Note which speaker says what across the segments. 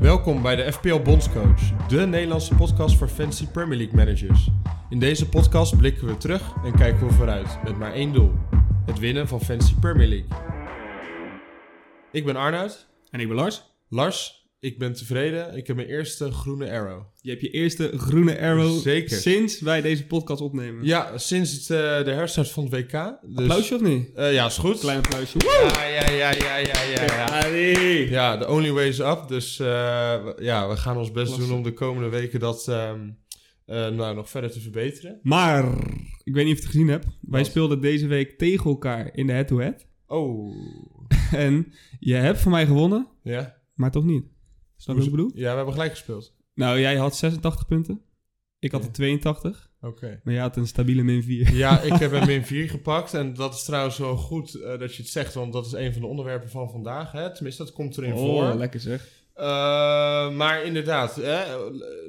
Speaker 1: Welkom bij de FPL Bondscoach, de Nederlandse podcast voor fantasy Premier League managers. In deze podcast blikken we terug en kijken we vooruit met maar één doel: het winnen van fantasy Premier League. Ik ben Arnoud.
Speaker 2: En ik ben Lars.
Speaker 1: Lars, ik ben tevreden. Ik heb mijn eerste groene arrow.
Speaker 2: Je hebt je eerste groene arrow
Speaker 1: Zeker.
Speaker 2: sinds wij deze podcast opnemen.
Speaker 1: Ja, sinds het, eh, de herstart van het WK. Dus,
Speaker 2: Applausje of niet?
Speaker 1: Eh, ja, is goed.
Speaker 2: Klein applausje.
Speaker 1: Ja, ja, ja, ja, ja, ja, ja.
Speaker 2: Ali.
Speaker 1: Ja, the only way is up. Dus eh, we- ja, we gaan ons best
Speaker 2: Klasse.
Speaker 1: doen om de komende weken dat ehm, eh, nou, nog verder te verbeteren.
Speaker 2: Maar, ik weet niet of je het gezien hebt. Wij
Speaker 1: Wat?
Speaker 2: speelden deze week tegen elkaar in de head-to-head.
Speaker 1: Oh.
Speaker 2: En je hebt van mij gewonnen,
Speaker 1: Ja.
Speaker 2: maar toch niet. Snap je wat ik bedoel?
Speaker 1: Ja, we hebben gelijk gespeeld.
Speaker 2: Nou, jij had 86 punten. Ik had
Speaker 1: Ja.
Speaker 2: er 82.
Speaker 1: Oké.
Speaker 2: Maar jij had een stabiele min 4.
Speaker 1: Ja, ik heb hem in 4 gepakt. En dat is trouwens wel goed eh, dat je het zegt, want dat is een van de onderwerpen van vandaag. Hè? Tenminste, dat komt
Speaker 2: Oh,
Speaker 1: erin voor.
Speaker 2: lekker zeg.
Speaker 1: Eh, maar inderdaad, hè?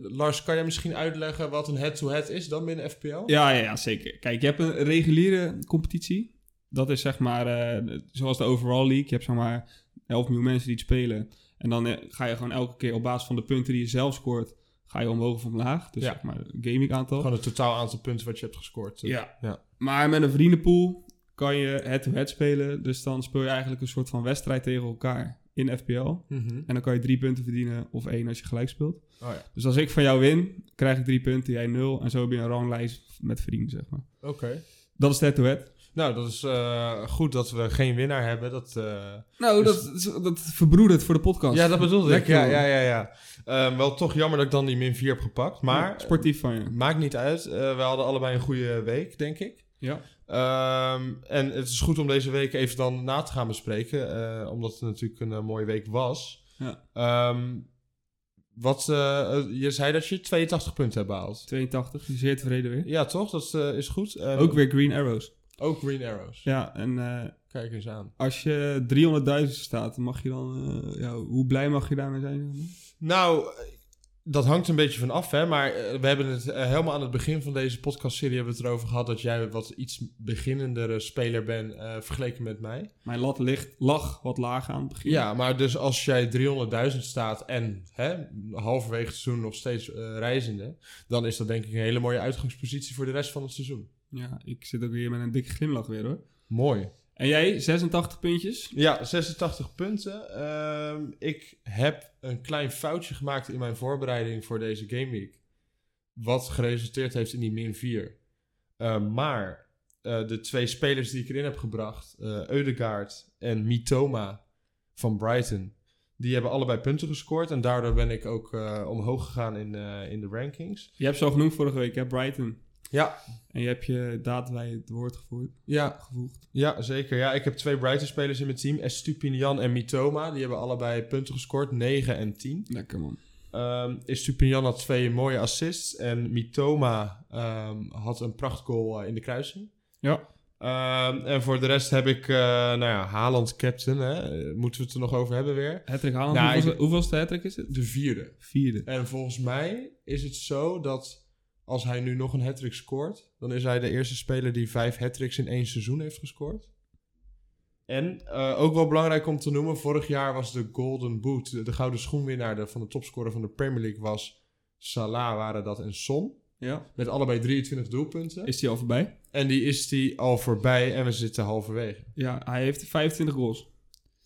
Speaker 1: Lars, kan jij misschien uitleggen wat een head-to-head is dan binnen FPL?
Speaker 2: Ja, ja, ja, zeker. Kijk, je hebt een reguliere competitie. Dat is zeg maar, eh, zoals de overall league. Je hebt zeg maar 11 miljoen mensen die het spelen. En dan eh, ga je gewoon elke keer op basis van de punten die je zelf scoort, ga je omhoog of omlaag. Dus
Speaker 1: Ja.
Speaker 2: zeg maar gaming aantal.
Speaker 1: Gewoon het totaal aantal punten wat je hebt gescoord.
Speaker 2: ja.
Speaker 1: ja.
Speaker 2: Maar met een vriendenpool kan je head-to-head spelen. Dus dan speel je eigenlijk een soort van wedstrijd tegen elkaar in FPL.
Speaker 1: Mhm.
Speaker 2: En dan kan je drie punten verdienen of één als je gelijk speelt.
Speaker 1: Oh ja,
Speaker 2: Dus als ik van jou win, krijg ik drie punten, jij nul. En zo heb je een ranglijst met vrienden, zeg maar.
Speaker 1: oké.
Speaker 2: Dat is head-to-head.
Speaker 1: Nou, dat is eh, goed dat we geen winnaar hebben. Dat, eh,
Speaker 2: Nou,
Speaker 1: Dus-
Speaker 2: dat, is- dat verbroedert voor de podcast.
Speaker 1: Ja, dat bedoelde ik.
Speaker 2: Lekker,
Speaker 1: Ja,
Speaker 2: hoor.
Speaker 1: ja, ja, ja. Eh, wel toch jammer dat ik dan die min 4 heb gepakt. Maar
Speaker 2: Sportief van je.
Speaker 1: Maakt niet uit. Eh, we hadden allebei een goede week, denk ik.
Speaker 2: Ja.
Speaker 1: Ehm, en het is goed om deze week even dan na te gaan bespreken. eh, omdat het natuurlijk een eh, mooie week was.
Speaker 2: Ja.
Speaker 1: Ehm, wat, eh, eh, je zei dat je 82 punten hebt behaald.
Speaker 2: 82, zeer tevreden weer.
Speaker 1: Ja, toch? Dat eh, is goed. En
Speaker 2: Ook weer Green Arrows.
Speaker 1: Ook Green Arrows.
Speaker 2: Ja, en eh,
Speaker 1: Kijk eens aan.
Speaker 2: als je 300.000 staat, mag je dan... eh, ja, hoe blij mag je daarmee zijn? zeg maar?
Speaker 1: Nou, eh, dat hangt een beetje van af, hè. Maar eh, we hebben het eh, helemaal aan het begin van deze podcastserie hebben we het erover gehad... dat jij wat iets beginnendere speler bent eh, vergeleken met mij.
Speaker 2: Mijn lat ligt, lag wat laag aan het begin.
Speaker 1: Ja, maar dus als jij 300.000 staat en hè, halverwege het seizoen nog steeds eh, reizende, dan is dat denk ik een hele mooie uitgangspositie voor de rest van het seizoen.
Speaker 2: ja, ik zit ook weer met een dikke glimlach weer hoor.
Speaker 1: Mooi.
Speaker 2: En jij, 86 puntjes.
Speaker 1: Ja, 86 punten. Ehm, ik heb een klein foutje gemaakt in mijn voorbereiding voor deze Game Week. Wat geresulteerd heeft in die min 4. Ehm, maar eh, de twee spelers die ik erin heb gebracht, eh Eudegaard en Mitoma van Brighton, die hebben allebei punten gescoord. En daardoor ben ik ook eh, omhoog gegaan in, eh, in de rankings.
Speaker 2: Je hebt ze al genoemd vorige week, hè? Brighton.
Speaker 1: Ja.
Speaker 2: En je hebt je daad bij het woord gevoerd,
Speaker 1: Ja,
Speaker 2: gevoegd.
Speaker 1: ja zeker. Ja, ik heb twee Brighton-spelers in mijn team, Estupinian en Mitoma. Die hebben allebei punten gescoord, 9 en 10.
Speaker 2: Lekker man.
Speaker 1: Ehm is Supinian had twee mooie assists. En Mitoma ehm, had een prachtgoal eh, in de kruising.
Speaker 2: Ja.
Speaker 1: Ehm, en voor de rest heb ik, eh, nou ja, Haaland captain. Hè? Eh, Moeten we het er nog over hebben weer?
Speaker 2: Hattrick Haaland,
Speaker 1: Nou,
Speaker 2: hoeveel, hoeveelste hattrick is het?
Speaker 1: De vierde.
Speaker 2: Vierde.
Speaker 1: En volgens mij is het zo dat als hij nu nog een hattrick scoort... dan is hij de eerste speler die vijf hattricks in één seizoen heeft gescoord. En eh, ook wel belangrijk om te noemen... vorig jaar was de Golden Boot... de, de gouden schoenwinnaar de- van de topscorer van de Premier League was... Salah waren dat en Son...
Speaker 2: Ja.
Speaker 1: Met allebei 23 doelpunten.
Speaker 2: Is die al voorbij?
Speaker 1: En die is die al voorbij en we zitten halverwege.
Speaker 2: Ja, hij heeft 25 goals.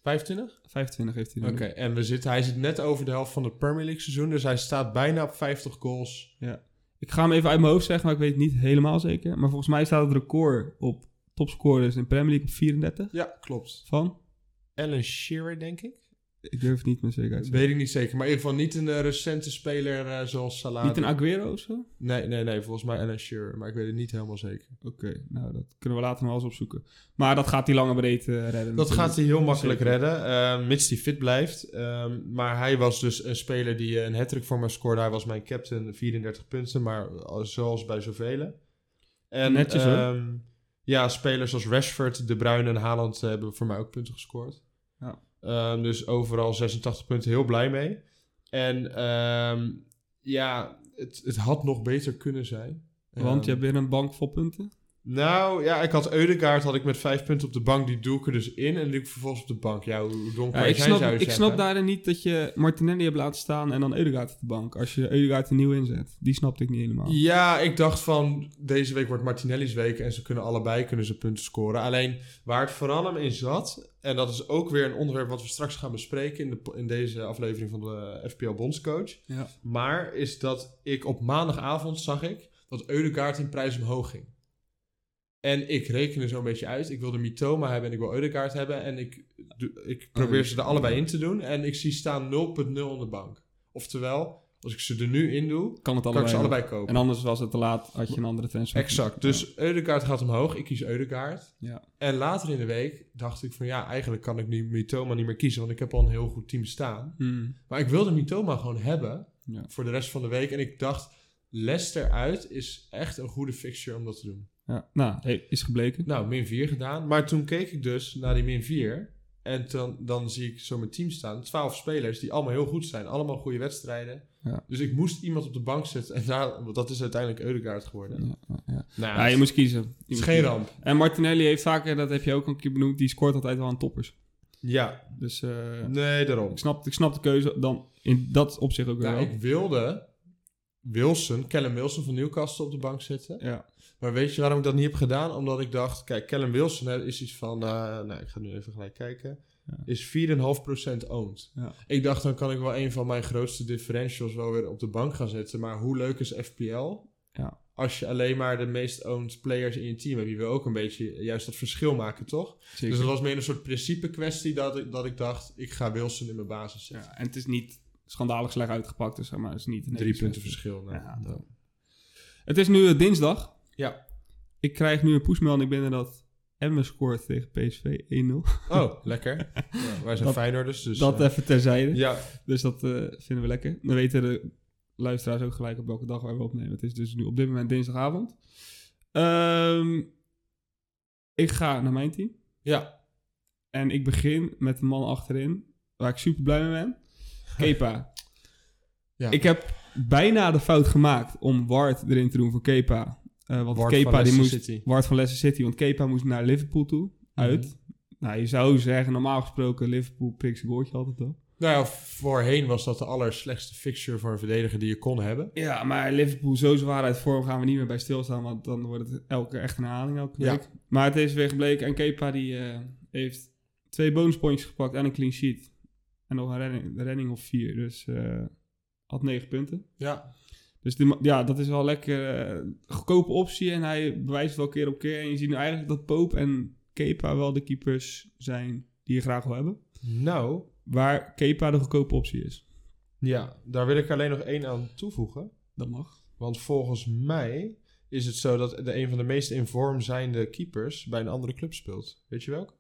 Speaker 1: 25?
Speaker 2: 25 heeft hij
Speaker 1: Oké,
Speaker 2: nu.
Speaker 1: en we zitten, hij zit net over de helft van de Premier League seizoen. Dus hij staat bijna op 50 goals.
Speaker 2: Ik ga hem even uit mijn hoofd zeggen, maar ik weet het niet helemaal zeker. Maar volgens mij staat het record op topscorers in Premier League op 34
Speaker 1: Ja, klopt.
Speaker 2: van.
Speaker 1: Alan Shearer, denk ik.
Speaker 2: Ik durf het niet met zekerheid te
Speaker 1: Weet ik niet zeker. Maar in ieder geval niet een eh, recente speler eh, zoals Salah.
Speaker 2: zeggen. Niet een Aguero of zo? Oké,
Speaker 1: Nee, nee, nee. Volgens mij Alan Shearer. Maar ik weet het niet helemaal zeker.
Speaker 2: nou dat kunnen we later nog wel eens opzoeken. Maar dat gaat hij lange breedte redden.
Speaker 1: Dat
Speaker 2: natuurlijk.
Speaker 1: gaat hij heel makkelijk
Speaker 2: Zeker.
Speaker 1: redden, eh, mits hij fit blijft. Ehm, maar hij was dus een speler die een hattrick voor me scoorde. Hij was mijn captain, 34 punten, maar eh, zoals bij zoveel. En,
Speaker 2: Netjes, hoor.
Speaker 1: ehm, ja, spelers als Rashford, De Bruyne en Haaland eh, hebben voor mij ook punten gescoord.
Speaker 2: Ja.
Speaker 1: Ehm, dus overal 86 punten, heel blij mee. En ehm, ja, het, het had nog beter kunnen zijn.
Speaker 2: Want je
Speaker 1: Ehm,
Speaker 2: hebt weer een bank vol punten.
Speaker 1: Nou, ja, ik had Eudegaard had ik met vijf punten op de bank. Die doe ik er dus in. En die ik vervolgens op de bank. Ja, hoe hoe dom
Speaker 2: Ja,
Speaker 1: kan
Speaker 2: ik
Speaker 1: jij
Speaker 2: snap,
Speaker 1: zou je
Speaker 2: ik
Speaker 1: zeggen?
Speaker 2: snap daarin niet dat je Martinelli hebt laten staan en dan Eudegaard op de bank. Als je Eudegaard er nieuw inzet. Die snapte ik niet helemaal.
Speaker 1: Ja, ik dacht van deze week wordt Martinelli's week en ze kunnen allebei kunnen ze punten scoren. Alleen waar het vooral hem in zat, en dat is ook weer een onderwerp wat we straks gaan bespreken in, de, po- in deze aflevering van de FPL Bondscoach.
Speaker 2: Ja.
Speaker 1: Maar is dat ik op maandagavond zag ik dat Eudegaard in prijs omhoog ging. En ik rekende zo'n beetje uit. Ik wilde Mitoma hebben en ik wil Eudegaard hebben. En ik, doe-
Speaker 2: Oh,
Speaker 1: ik probeer
Speaker 2: dus-
Speaker 1: ze er allebei in te doen. En ik zie staan 0.0 op de bank. Oftewel, als ik ze er nu in doe,
Speaker 2: Kan
Speaker 1: kan
Speaker 2: het allebei.
Speaker 1: ik ze
Speaker 2: wel.
Speaker 1: allebei kopen.
Speaker 2: En anders was het te laat, had je een andere transfer.
Speaker 1: Exact. Dus Eudegaard gaat omhoog. Ik kies Eudegaard.
Speaker 2: Ja.
Speaker 1: En later in de week dacht ik van ja, eigenlijk kan ik nu Mitoma niet meer kiezen, want ik heb al een heel goed team staan.
Speaker 2: Hmm.
Speaker 1: Maar ik wilde Mitoma gewoon hebben
Speaker 2: Ja.
Speaker 1: voor de rest van de week. En ik dacht, Leicester uit is echt een goede fixture om dat te doen.
Speaker 2: Ja. Nou, hey, is gebleken.
Speaker 1: Nou, min 4 gedaan. Maar toen keek ik dus naar die min 4. En dan, dan zie ik zo mijn team staan. 12 spelers die allemaal heel goed zijn. Allemaal goede wedstrijden.
Speaker 2: Ja.
Speaker 1: Dus ik moest iemand op de bank zetten. En daar, want dat is uiteindelijk Eudegaard geworden.
Speaker 2: Ja, ja, ja.
Speaker 1: Nou,
Speaker 2: Ja, je moest kiezen. Je
Speaker 1: het
Speaker 2: moest
Speaker 1: is geen
Speaker 2: kiezen.
Speaker 1: ramp.
Speaker 2: En Martinelli heeft vaker, dat heb je ook al een keer benoemd, die scoort altijd wel aan toppers.
Speaker 1: Ja,
Speaker 2: Dus eh,
Speaker 1: Nee, daarom.
Speaker 2: ik, snap, ik snap de keuze dan in dat opzicht ook weer
Speaker 1: Nou,
Speaker 2: wel.
Speaker 1: ik wilde Wilson, Callum Wilson van Newcastle op de bank zetten.
Speaker 2: Ja.
Speaker 1: Maar weet je waarom ik dat niet heb gedaan? Omdat ik dacht, kijk, Callum Wilson hè, is iets van, eh, nou, ik ga nu even gelijk kijken,
Speaker 2: Ja.
Speaker 1: is 4,5% owned.
Speaker 2: Ja.
Speaker 1: Ik dacht, dan kan ik wel een van mijn grootste differentials wel weer op de bank gaan zetten. Maar hoe leuk is FPL?
Speaker 2: Ja.
Speaker 1: Als je alleen maar de meest owned players in je team hebt, je wil ook een beetje juist dat verschil maken, toch?
Speaker 2: Zeker.
Speaker 1: Dus dat was meer een soort principe kwestie dat ik, dat ik dacht, ik ga Wilson in mijn basis zetten.
Speaker 2: ja, en het is niet schandalig slecht uitgepakt, dus zeg maar het is niet... een
Speaker 1: Drie
Speaker 2: hele
Speaker 1: punten
Speaker 2: slechte-
Speaker 1: verschil. nou,
Speaker 2: Ja,
Speaker 1: dan.
Speaker 2: Het is nu eh, dinsdag.
Speaker 1: Ja.
Speaker 2: Ik krijg nu een pushmail en ik ben er dat Emmen scoort tegen PSV 1-0.
Speaker 1: Oh, lekker. Ja, wij zijn
Speaker 2: Dat-
Speaker 1: Feyenoorders, dus...
Speaker 2: dat
Speaker 1: eh,
Speaker 2: even terzijde.
Speaker 1: ja,
Speaker 2: Dus dat eh, vinden we lekker. Dan weten de luisteraars ook gelijk op welke dag wij we opnemen. Het is dus nu op dit moment dinsdagavond. Ehm, ik ga naar mijn team.
Speaker 1: ja.
Speaker 2: En ik begin met de man achterin, waar ik super blij mee ben. Kepa.
Speaker 1: Ja.
Speaker 2: Ik heb bijna de fout gemaakt om Ward erin te doen voor Kepa. Eh, want
Speaker 1: Ward van
Speaker 2: Kepa die
Speaker 1: Leicester
Speaker 2: moest,
Speaker 1: City. Mhm.
Speaker 2: Ward van Leicester City, want Kepa moest naar Liverpool toe. Uit. Nou, je zou zeggen, normaal gesproken, Liverpool prikt zijn goaltje altijd wel.
Speaker 1: Nou ja, voorheen was dat de allerslechtste fixture voor een verdediger die je kon hebben.
Speaker 2: Ja, maar Liverpool zo zwaar uit vorm gaan we niet meer bij stilstaan. Want dan wordt het elke keer echt een herhaling elke
Speaker 1: Ja.
Speaker 2: week. Maar het is weer gebleken. En Kepa die eh, heeft twee bonuspuntjes gepakt en een clean sheet. En nog een redding, redding of vier. Dus eh, had negen punten.
Speaker 1: Ja.
Speaker 2: Dus die ma- ja, dat is wel lekker eh, goedkope optie. En hij bewijst wel keer op keer. En je ziet nu eigenlijk dat Pope en Kepa wel de keepers zijn die je graag wil hebben.
Speaker 1: Nou,
Speaker 2: Waar Kepa de goedkope optie is.
Speaker 1: ja, daar wil ik alleen nog één aan toevoegen.
Speaker 2: Dat mag.
Speaker 1: Want volgens mij is het zo dat de een van de meest in vorm zijnde keepers bij een andere club speelt. Weet je welk?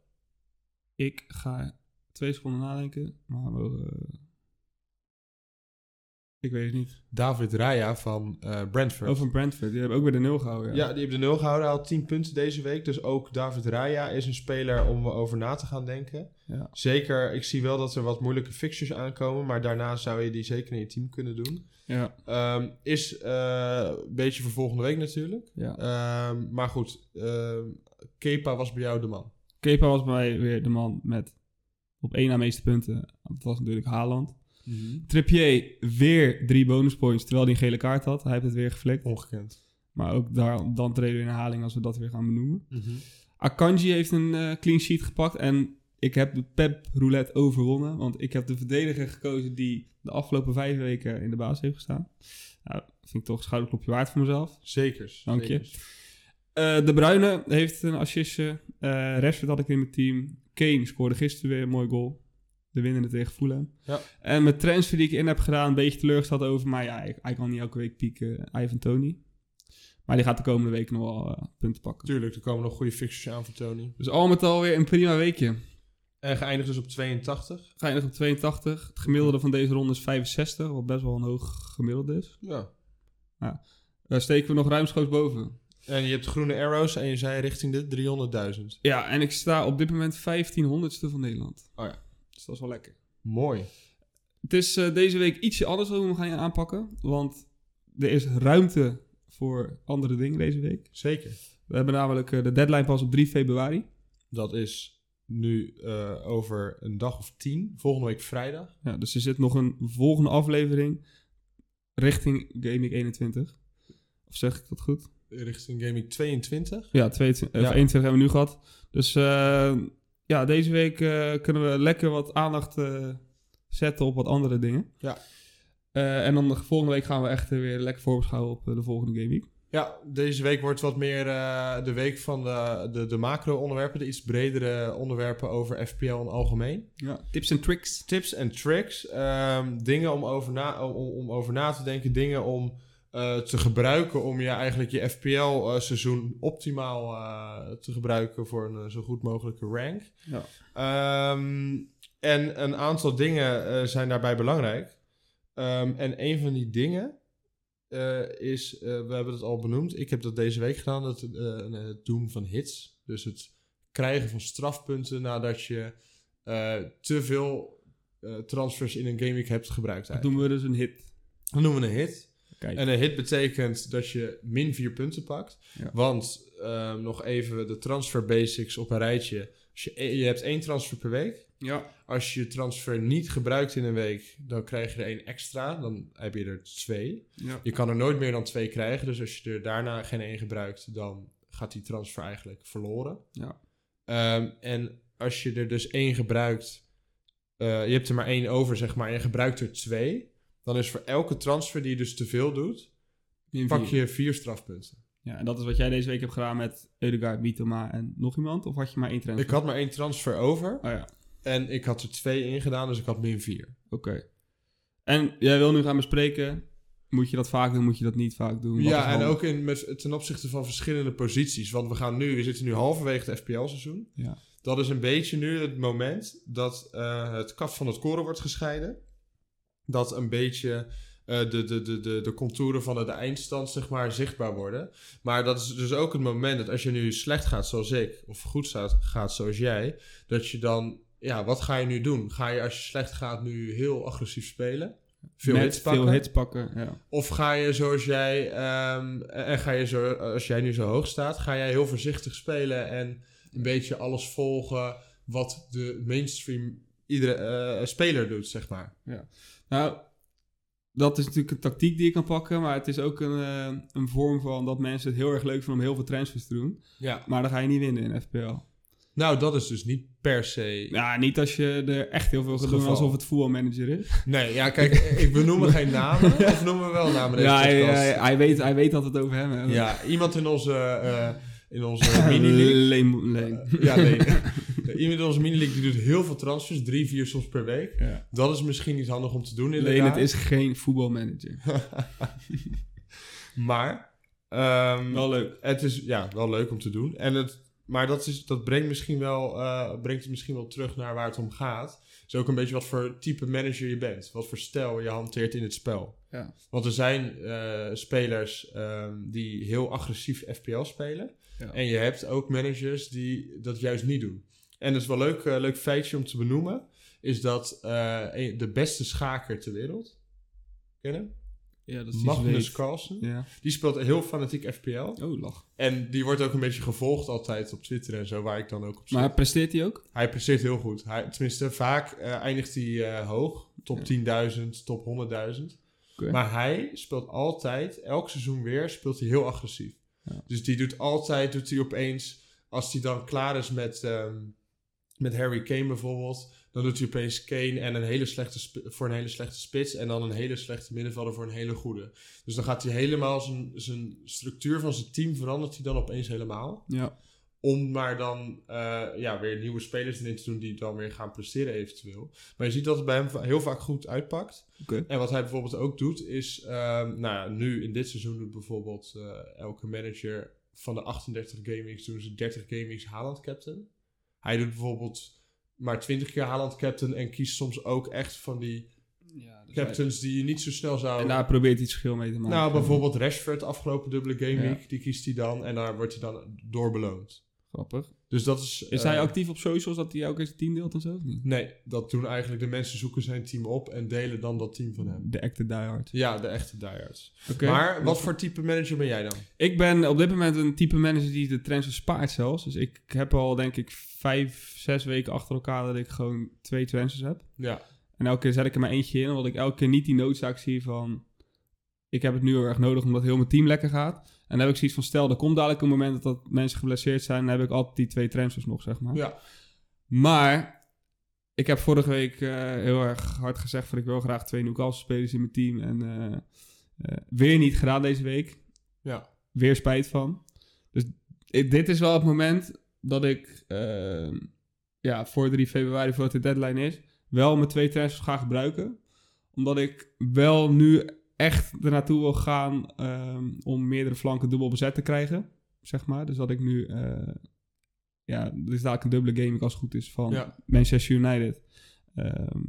Speaker 2: Ik ga twee seconden nadenken, maar we, eh, ik weet het niet.
Speaker 1: David Raya van eh Brentford.
Speaker 2: Over Brentford, die hebben ook weer de nul gehouden.
Speaker 1: Ja, die heeft de nul gehouden. Hij had 10 punten deze week. Dus ook David Raya is een speler om over na te gaan denken.
Speaker 2: Ja.
Speaker 1: Zeker, ik zie wel dat er wat moeilijke fixtures aankomen. Maar daarna zou je die zeker in je team kunnen doen.
Speaker 2: ja.
Speaker 1: Ehm, is eh, een beetje voor volgende week natuurlijk.
Speaker 2: ja.
Speaker 1: Ehm, maar goed, ehm, Kepa was bij jou de man.
Speaker 2: Kepa was bij mij weer de man met op één na meeste punten. Dat was natuurlijk Haaland. Mhm. Trippier weer drie bonuspoints, terwijl hij een gele kaart had. Hij heeft het weer
Speaker 1: Oh.
Speaker 2: geflikt.
Speaker 1: Ongekend.
Speaker 2: Maar ook daar, dan treden we in herhaling als we dat weer gaan benoemen. Akanji heeft een eh, clean sheet gepakt en ik heb de Pep Roulette overwonnen. Want ik heb de verdediger gekozen die de afgelopen vijf weken in de baas heeft gestaan. Nou, vind ik toch een schouderklopje waard voor mezelf.
Speaker 1: Zekers.
Speaker 2: Dank je.
Speaker 1: zekers.
Speaker 2: Eh, de Bruyne heeft een assistje. Eh Rashford had ik in mijn team. Kane scoorde gisteren weer een mooi goal. De winnende tegen Fulham.
Speaker 1: Ja.
Speaker 2: En mijn transfer die ik in heb gedaan, een beetje teleurgesteld over. Maar ja, hij, hij kan niet elke week pieken. eh, Ivan Tony. Maar die gaat de komende week nog wel eh, punten pakken.
Speaker 1: Tuurlijk, er komen nog goede fixtures aan voor Tony.
Speaker 2: Dus al met al weer een prima weekje.
Speaker 1: En geëindigd dus op 82.
Speaker 2: Geëindigd op 82. Het gemiddelde van deze ronde is 65, wat best wel een hoog gemiddelde is.
Speaker 1: Ja.
Speaker 2: Daar steken we nog ruimschoots boven.
Speaker 1: En je hebt groene arrows en je zei richting de 300.000.
Speaker 2: Ja, en ik sta op dit moment 1500ste van Nederland.
Speaker 1: Oh ja.
Speaker 2: Dus dat is wel lekker.
Speaker 1: Mooi.
Speaker 2: Het is eh, deze week ietsje anders hoe we hem gaan aanpakken. Want er is ruimte voor andere dingen deze week.
Speaker 1: Zeker.
Speaker 2: We hebben namelijk eh, de deadline pas op 3 februari.
Speaker 1: Dat is nu eh, over een dag of tien. Volgende week vrijdag.
Speaker 2: Ja, dus er zit nog een volgende aflevering richting Gaming 21. Of zeg ik dat goed?
Speaker 1: Richting Gaming 22.
Speaker 2: Ja, 22,
Speaker 1: Ja.
Speaker 2: Of 21 hebben we nu gehad. Dus eh, ja, deze week eh, kunnen we lekker wat aandacht eh, zetten op wat andere dingen.
Speaker 1: Ja.
Speaker 2: Eh, en dan de volgende week gaan we echt eh, weer lekker voorbeschouwen op eh, de volgende Game Week.
Speaker 1: Ja, deze week wordt wat meer eh, de week van de, de, de macro-onderwerpen. De iets bredere onderwerpen over FPL in algemeen.
Speaker 2: Ja. Tips en tricks.
Speaker 1: tips en tricks. ehm, dingen om over, na, om, om over na te denken. Dingen om eh, te gebruiken om je eigenlijk je FPL-seizoen eh, optimaal eh, te gebruiken voor een eh, zo goed mogelijke rank.
Speaker 2: Ja.
Speaker 1: Ehm, en een aantal dingen eh, zijn daarbij belangrijk. Ehm, en een van die dingen eh, is, eh, we hebben het al benoemd, ik heb dat deze week gedaan, dat, eh, het doen van hits. Dus het krijgen van strafpunten nadat je eh, te veel eh, transfers in een game week hebt gebruikt.
Speaker 2: Dat
Speaker 1: Eigenlijk.
Speaker 2: doen we dus een hit.
Speaker 1: Dat noemen we een hit.
Speaker 2: Kijk.
Speaker 1: En een hit betekent dat je min 4 punten pakt.
Speaker 2: Ja.
Speaker 1: Want ehm, nog even de transfer basics op een rijtje. Als je, e-, je hebt één transfer per week.
Speaker 2: ja.
Speaker 1: Als je je transfer niet gebruikt in een week, dan krijg je er één extra. Dan heb je er twee.
Speaker 2: ja.
Speaker 1: Je kan er nooit meer dan twee krijgen. Dus als je er daarna geen één gebruikt, dan gaat die transfer eigenlijk verloren.
Speaker 2: Ja.
Speaker 1: Ehm, en als je er dus één gebruikt, eh, je hebt er maar één over, zeg maar, en je gebruikt er twee, dan is voor elke transfer die je dus te veel doet,
Speaker 2: Min
Speaker 1: pak
Speaker 2: vier.
Speaker 1: je vier strafpunten.
Speaker 2: Ja, en dat is wat jij deze week hebt gedaan met Eudegaard, Mitoma en nog iemand? Of had je maar één transfer?
Speaker 1: Ik had maar één transfer over
Speaker 2: Oh ja, oké.
Speaker 1: en ik had er twee ingedaan, dus ik had min vier.
Speaker 2: En jij wil nu gaan bespreken, moet je dat vaak doen, moet je dat niet vaak doen? Wat is
Speaker 1: Ja, en
Speaker 2: handig?
Speaker 1: ook in, met, ten opzichte van verschillende posities. Want we gaan nu, we zitten nu halverwege het FPL-seizoen.
Speaker 2: Ja.
Speaker 1: Dat is een beetje nu het moment dat eh, het kaf van het koren wordt gescheiden. Dat een beetje eh, de, de, de, de, de contouren van de, de eindstand, zeg maar, zichtbaar worden. Maar dat is dus ook het moment dat als je nu slecht gaat zoals ik, of goed gaat, gaat zoals jij, dat je dan, ja, wat ga je nu doen? Ga je als je slecht gaat nu heel agressief spelen? Veel
Speaker 2: Met
Speaker 1: hits pakken?
Speaker 2: Veel hits pakken, ja.
Speaker 1: Of ga je zoals jij, ehm, en en ga je zo, als jij nu zo hoog staat, ga jij heel voorzichtig spelen en een beetje alles volgen wat de mainstream iedere, eh, speler doet, zeg maar.
Speaker 2: Nou, dat is natuurlijk een tactiek die je kan pakken, maar het is ook een, eh, een vorm van dat mensen het heel erg leuk vinden om heel veel transfers te doen.
Speaker 1: Ja.
Speaker 2: Maar dan ga je niet winnen in FPL.
Speaker 1: Nou, dat is dus niet per se.
Speaker 2: Ja, niet als je er echt heel veel
Speaker 1: Het
Speaker 2: gaat doen
Speaker 1: geval.
Speaker 2: alsof het voetbalmanager is.
Speaker 1: Nee, ja, kijk, ik benoem geen namen. Of noemen we wel namen in deze
Speaker 2: Ja, hij,
Speaker 1: podcast?
Speaker 2: hij- hij weet, hij weet dat we het over hem hebben.
Speaker 1: Ja, iemand in onze, eh, in onze mini-league.
Speaker 2: Leen- Leen.
Speaker 1: Ja, nee. Iemand in onze mini-league die doet heel veel transfers, drie, vier soms per week.
Speaker 2: Ja.
Speaker 1: Dat is misschien niet handig om te doen inderdaad.
Speaker 2: Leen, het is geen voetbalmanager.
Speaker 1: Maar ehm,
Speaker 2: Wel leuk.
Speaker 1: het is ja, wel leuk om te doen. En het, maar dat, is, dat brengt, misschien wel, eh, brengt het misschien wel terug naar waar het om gaat. Is ook een beetje wat voor type manager je bent. Wat voor stijl je hanteert in het spel.
Speaker 2: Ja.
Speaker 1: Want er zijn eh, spelers ehm, die heel agressief FPL spelen.
Speaker 2: Ja.
Speaker 1: En je hebt ook managers die dat juist niet doen. En dat is wel een leuk, eh, leuk feitje om te benoemen. Is dat eh, een- de beste schaker ter wereld. Kennen?
Speaker 2: Ja, dat
Speaker 1: Magnus Carlsen.
Speaker 2: Ja.
Speaker 1: Die speelt heel fanatiek FPL.
Speaker 2: Oh, lach.
Speaker 1: En die wordt ook een beetje gevolgd altijd op Twitter en zo, waar ik dan ook op zit.
Speaker 2: Maar presteert hij ook?
Speaker 1: hij presteert heel goed. Hij, tenminste, vaak eh, eindigt hij eh, hoog. Top 10.000, top 100.000.
Speaker 2: Oké.
Speaker 1: Maar hij speelt altijd, elk seizoen weer, speelt hij heel agressief.
Speaker 2: Ja.
Speaker 1: Dus die doet altijd, doet hij opeens, als hij dan klaar is met, ehm, met Harry Kane bijvoorbeeld... Dan doet hij opeens Kane en een hele slechte sp- voor een hele slechte spits. En dan een hele slechte middenvelder voor een hele goede. Dus dan gaat hij helemaal zijn, zijn structuur van zijn team verandert hij dan opeens helemaal.
Speaker 2: Ja.
Speaker 1: Om maar dan eh, ja, weer nieuwe spelers erin te doen die dan weer gaan presteren eventueel. Maar je ziet dat het bij hem va- heel vaak goed uitpakt.
Speaker 2: Oké.
Speaker 1: En wat hij bijvoorbeeld ook doet is... ehm, nou ja, nu in dit seizoen doet bijvoorbeeld eh, elke manager van de 38 gamings... doen ze 30 gamings Haaland captain. Hij doet bijvoorbeeld maar 20 keer Haaland captain... en kiest soms ook echt van die captains die je niet zo snel zou...
Speaker 2: En daar probeert hij het verschil mee te maken.
Speaker 1: Nou, bijvoorbeeld Rashford afgelopen dubbele
Speaker 2: Ja.
Speaker 1: gameweek, die kiest hij dan en daar wordt hij dan door beloond.
Speaker 2: Grappig.
Speaker 1: Dus dat is...
Speaker 2: Is
Speaker 1: eh,
Speaker 2: hij actief op socials dat hij ook eens een team deelt en zo? Of niet?
Speaker 1: Nee, dat doen eigenlijk de mensen zoeken zijn team op en delen dan dat team van hem.
Speaker 2: De acte diehard.
Speaker 1: Ja, de echte diehards.
Speaker 2: Oké.
Speaker 1: eh, Maar wat voor type manager ben jij dan?
Speaker 2: Ik ben op dit moment een type manager die de trends spaart zelfs. Dus ik heb al denk ik vijf, zes weken achter elkaar dat ik gewoon twee transfers heb.
Speaker 1: Ja,
Speaker 2: En elke keer zet ik er maar eentje in, omdat ik elke keer niet die noodzaak zie van... Ik heb het nu heel erg nodig omdat heel mijn team lekker gaat. En dan heb ik zoiets van, stel, er komt dadelijk een moment dat, dat mensen geblesseerd zijn. Dan heb ik altijd die twee transfers nog, zeg maar.
Speaker 1: ja.
Speaker 2: Maar ik heb vorige week eh, heel erg hard gezegd van ik wil graag twee Newcastle spelers in mijn team. En eh, eh, weer niet gedaan deze week.
Speaker 1: Ja.
Speaker 2: Weer spijt van. Dus ik- dit is wel het moment dat ik eh, ja, voor 3 februari, voordat de deadline is, wel mijn twee transfers ga gebruiken. Omdat ik wel nu echt ernaartoe wil gaan ehm, om meerdere flanken dubbel bezet te krijgen. Zeg maar. Dus dat ik nu eh, ja, er is dadelijk een dubbele game als het goed is van
Speaker 1: Ja.
Speaker 2: Manchester United. Ehm,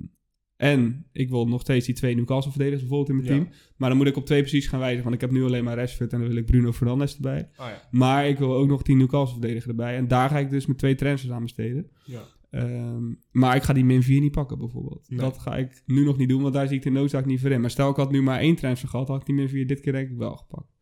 Speaker 2: en ik wil nog steeds die twee Newcastle verdedigers bijvoorbeeld in mijn
Speaker 1: Ja.
Speaker 2: team. Maar dan moet ik op twee precies gaan wijzen. Want ik heb nu alleen maar Rashford en dan wil ik Bruno Fernandes erbij.
Speaker 1: Ah ja.
Speaker 2: Maar ik wil ook nog die Newcastle verdediger erbij. En daar ga ik dus mijn twee transfers aan besteden.
Speaker 1: ja.
Speaker 2: Ehm, maar ik ga die min 4 niet pakken bijvoorbeeld.
Speaker 1: Nee.
Speaker 2: Dat ga ik nu nog niet doen, want daar zie ik de noodzaak niet voor in. Maar stel ik had nu maar één transfer gehad, had ik die min 4 dit keer denk ik wel gepakt.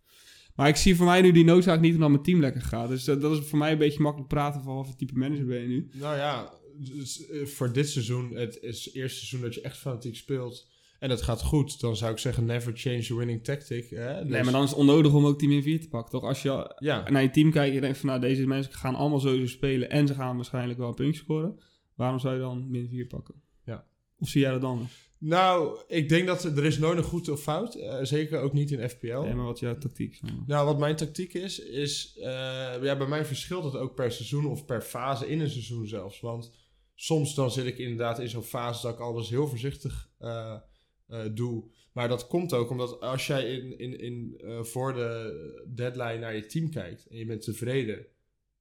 Speaker 2: Maar ik zie voor mij nu die noodzaak niet omdat mijn team lekker gaat. Dus dat, dat is voor mij een beetje makkelijk praten van wat voor type manager ben je nu.
Speaker 1: Nou ja, dus, eh, voor dit seizoen, het is het eerste seizoen dat je echt fanatiek speelt en het gaat goed, dan zou ik zeggen never change the winning tactic. Hè? Dus-
Speaker 2: Nee, maar dan is het onnodig om ook die min 4 te pakken, toch? Als je al
Speaker 1: Ja,
Speaker 2: naar je team kijkt en je denkt van nou, deze mensen gaan allemaal sowieso spelen en ze gaan waarschijnlijk wel een puntje scoren. Waarom zou je dan min 4 pakken?
Speaker 1: Ja.
Speaker 2: Of zie jij dat dan?
Speaker 1: nou, ik denk dat er er is nooit een goed of fout, eh, zeker ook niet in FPL.
Speaker 2: Nee, maar wat is jouw tactiek? zeg maar?
Speaker 1: Nou, wat mijn tactiek is, is... eh, ja, bij mij verschilt het ook per seizoen of per fase in een seizoen zelfs. Want soms dan zit ik inderdaad in zo'n fase dat ik alles heel voorzichtig eh, eh, doe. Maar dat komt ook omdat als jij in, in, in, eh, voor de deadline naar je team kijkt... en je bent tevreden,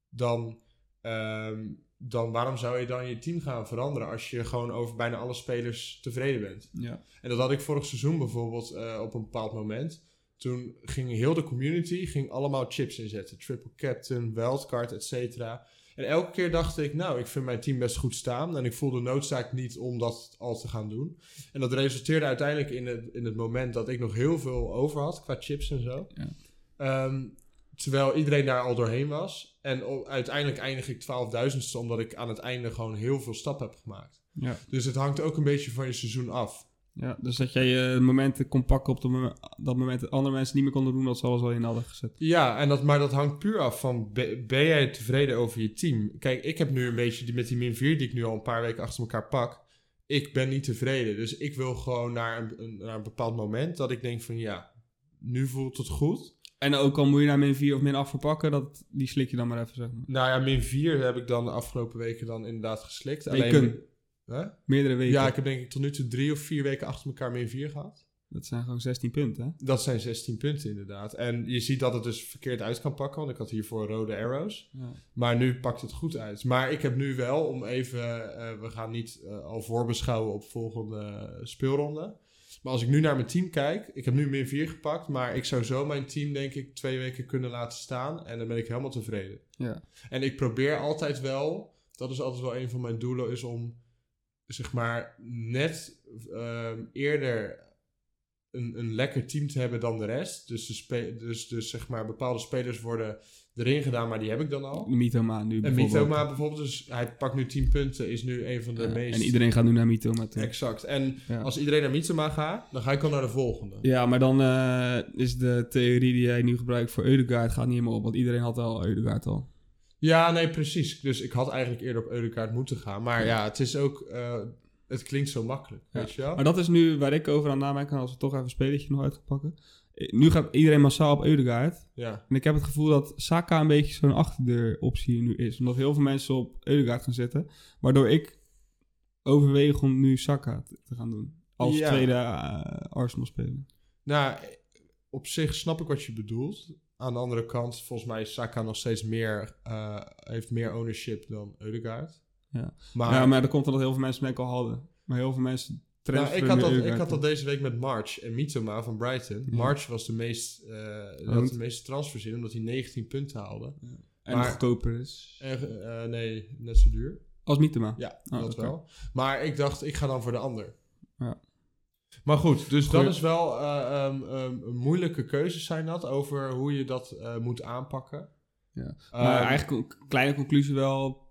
Speaker 1: dan, ehm, dan waarom zou je dan je team gaan veranderen... als je gewoon over bijna alle spelers tevreden bent?
Speaker 2: Ja.
Speaker 1: En dat had ik vorig seizoen bijvoorbeeld eh, op een bepaald moment. Toen ging heel de community ging allemaal chips inzetten. Triple Captain, Wildcard, et cetera. En elke keer dacht ik, nou, ik vind mijn team best goed staan. En ik voelde noodzaak niet om dat al te gaan doen. En dat resulteerde uiteindelijk in het, in het moment dat ik nog heel veel over had qua chips en zo.
Speaker 2: Ja.
Speaker 1: Ehm, terwijl iedereen daar al doorheen was. En o- uiteindelijk eindig ik 12.000ste omdat ik aan het einde gewoon heel veel stappen heb gemaakt.
Speaker 2: Ja.
Speaker 1: Dus het hangt ook een beetje van je seizoen af.
Speaker 2: ja. Dus dat jij je momenten kon pakken op de momen- dat moment dat andere mensen niet meer konden doen, dat ze alles al in hadden gezet.
Speaker 1: Ja, en dat, maar dat hangt puur af van be- ben jij tevreden over je team? Kijk, ik heb nu een beetje die, met die min 4 die ik nu al een paar weken achter elkaar pak. Ik ben niet tevreden. Dus ik wil gewoon naar een, een- naar een bepaald moment dat ik denk van ja, nu voelt het goed.
Speaker 2: En ook al moet je naar min 4 of min 8 verpakken, dat, die slik je dan maar even, zeg maar.
Speaker 1: Nou ja, min 4 heb ik dan de afgelopen weken dan inderdaad geslikt.
Speaker 2: Weken.
Speaker 1: Hè?
Speaker 2: Meerdere weken.
Speaker 1: Ja, ik heb denk ik tot nu toe drie of vier weken achter elkaar min 4 gehad.
Speaker 2: Dat zijn gewoon 16 punten, hè?
Speaker 1: Dat zijn 16 punten inderdaad. En je ziet dat het dus verkeerd uit kan pakken, want ik had hiervoor rode arrows.
Speaker 2: Ja.
Speaker 1: Maar nu pakt het goed uit. Maar ik heb nu wel, om even, eh, we gaan niet eh, al voorbeschouwen op volgende speelronde. Maar als ik nu naar mijn team kijk, ik heb nu min 4 gepakt, maar ik zou zo mijn team denk ik twee weken kunnen laten staan en dan ben ik helemaal tevreden.
Speaker 2: Ja.
Speaker 1: En ik probeer altijd wel, dat is altijd wel een van mijn doelen, is om zeg maar net ehm, eerder een, een lekker team te hebben dan de rest. Dus, de spe- dus, dus zeg maar bepaalde spelers worden erin gedaan, maar die heb ik dan al.
Speaker 2: Mythoma nu
Speaker 1: En
Speaker 2: bijvoorbeeld.
Speaker 1: Mitoma bijvoorbeeld, dus hij pakt nu 10 punten, is nu een van de
Speaker 2: Ja,
Speaker 1: meest...
Speaker 2: En iedereen gaat nu naar Mythoma toe.
Speaker 1: Exact. En
Speaker 2: Ja.
Speaker 1: als iedereen naar Mitoma gaat, dan ga ik al naar de volgende.
Speaker 2: Ja, maar dan eh, is de theorie die jij nu gebruikt voor Eudegaard gaat niet helemaal op. Want iedereen had al Eudegaard al.
Speaker 1: Ja, nee, precies. Dus ik had eigenlijk eerder op Eudegaard moeten gaan. Maar ja, het is ook... eh, het klinkt zo makkelijk,
Speaker 2: Ja.
Speaker 1: weet je wel?
Speaker 2: Maar dat is nu waar ik over aan nadenken als we toch even een spelletje nog uit gaan pakken. Eh, Nu gaat iedereen massaal op Eudegaard.
Speaker 1: Ja,
Speaker 2: En ik heb het gevoel dat Saka een beetje zo'n achterdeuroptie nu is. Omdat heel veel mensen op Eudegaard gaan zitten. Waardoor ik overweeg om nu Saka te- te gaan doen. Als
Speaker 1: Ja.
Speaker 2: tweede eh, Arsenal speler.
Speaker 1: nou, op zich snap ik wat je bedoelt. Aan de andere kant, volgens mij is Saka nog steeds meer... eh, heeft meer ownership dan Eudegaard.
Speaker 2: Ja. Nou,
Speaker 1: Maar,
Speaker 2: ja, maar dat komt omdat heel veel mensen het al hadden. Maar heel veel mensen
Speaker 1: Ah, Nou,
Speaker 2: transferen
Speaker 1: ik, had
Speaker 2: nu
Speaker 1: dat, ik
Speaker 2: Ødegaard
Speaker 1: had dat deze week met March en Mitoma van Brighton.
Speaker 2: Ja.
Speaker 1: March was de meest, eh, had
Speaker 2: want-
Speaker 1: de meeste transfers in, omdat hij 19 punten haalde.
Speaker 2: Ja. En
Speaker 1: Maar-
Speaker 2: goedkoper is.
Speaker 1: Eh, eh, nee, net zo duur.
Speaker 2: Als Mietema.
Speaker 1: Ja,
Speaker 2: Oh,
Speaker 1: dat
Speaker 2: oké.
Speaker 1: wel. Maar ik dacht, ik ga dan voor de ander.
Speaker 2: Ja.
Speaker 1: Maar goed, dus
Speaker 2: Goeie-
Speaker 1: dat is wel eh, ehm, ehm, moeilijke keuzes zijn dat over hoe je dat eh, moet aanpakken.
Speaker 2: Ja.
Speaker 1: Ehm,
Speaker 2: maar eigenlijk, een kleine conclusie wel,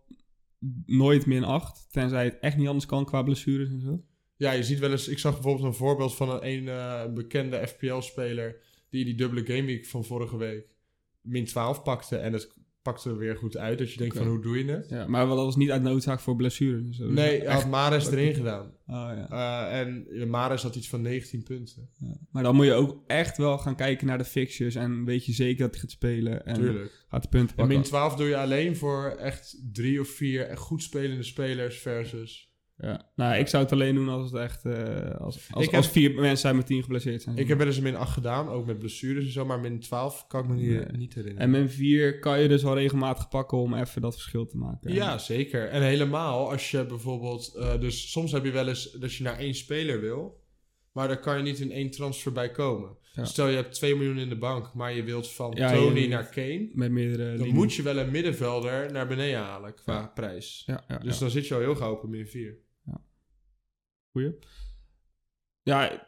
Speaker 2: nooit min 8. Tenzij het echt niet anders kan qua blessures en zo.
Speaker 1: ja, je ziet wel eens, ik zag bijvoorbeeld een voorbeeld van een, een eh, bekende FPL-speler die die dubbele gameweek van vorige week min 12 pakte en het pakte er weer goed uit. Dat je denkt
Speaker 2: Oké.
Speaker 1: van, hoe doe je het?
Speaker 2: Ja, maar wel, dat was niet uit noodzaak voor blessures en zo.
Speaker 1: Nee,
Speaker 2: Dus
Speaker 1: hij had Mares erin gedaan.
Speaker 2: Oh, ja.
Speaker 1: Eh, en Mares had iets van 19 punten.
Speaker 2: Maar dan moet je ook echt wel gaan kijken naar de fixtures. En weet je zeker dat hij gaat spelen. En
Speaker 1: Tuurlijk.
Speaker 2: gaat de punten
Speaker 1: En
Speaker 2: pakken.
Speaker 1: min 12 doe je alleen voor echt drie of vier echt goed spelende spelers versus...
Speaker 2: Ja. Nou, ik zou het alleen doen als het echt... eh, als, als,
Speaker 1: Ik
Speaker 2: als
Speaker 1: heb-
Speaker 2: vier mensen zijn met tien geblesseerd zijn.
Speaker 1: Ik heb wel eens een min 8 gedaan, ook met blessures en zo, maar min 12 kan ik me niet,
Speaker 2: Nee.
Speaker 1: niet herinneren.
Speaker 2: En min 4 kan je dus wel regelmatig pakken om even dat verschil te maken.
Speaker 1: Ja, zeker. En helemaal als je bijvoorbeeld... eh, dus soms heb je wel eens dat je naar één speler wil, maar daar kan je niet in één transfer bij komen.
Speaker 2: Ja.
Speaker 1: Stel, je hebt 2 miljoen in de bank, maar je wilt van
Speaker 2: Ja, je
Speaker 1: Tony
Speaker 2: moet-
Speaker 1: naar Kane...
Speaker 2: Met meerdere
Speaker 1: Dan
Speaker 2: linies.
Speaker 1: moet je wel een middenvelder naar beneden halen qua prijs.
Speaker 2: Ja, ja,
Speaker 1: Dus
Speaker 2: ja.
Speaker 1: dan zit je al heel gauw op een min 4.
Speaker 2: Ja,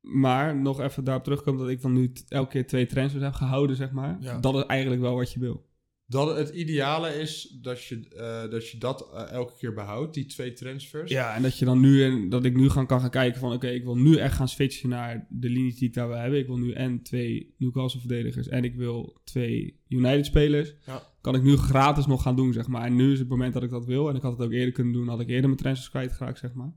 Speaker 2: maar nog even daarop terugkomen dat ik dan nu t- elke keer twee transfers heb gehouden, zeg maar.
Speaker 1: Ja.
Speaker 2: Dat is eigenlijk wel wat je wil.
Speaker 1: Dat het ideale is dat je, eh, dat, je dat eh, elke keer behoudt, die twee transfers.
Speaker 2: Ja, en dat je dan nu, en dat ik nu gaan, kan gaan kijken van, oké, ik wil nu echt gaan switchen naar de linies die ik daar wil hebben. Ik wil nu en twee Newcastle verdedigers en ik wil twee United spelers.
Speaker 1: Ja.
Speaker 2: Kan ik nu gratis nog gaan doen, zeg maar. En nu is het moment dat ik dat wil. En ik had het ook eerder kunnen doen, had ik eerder mijn transfers kwijtgeraakt, zeg maar.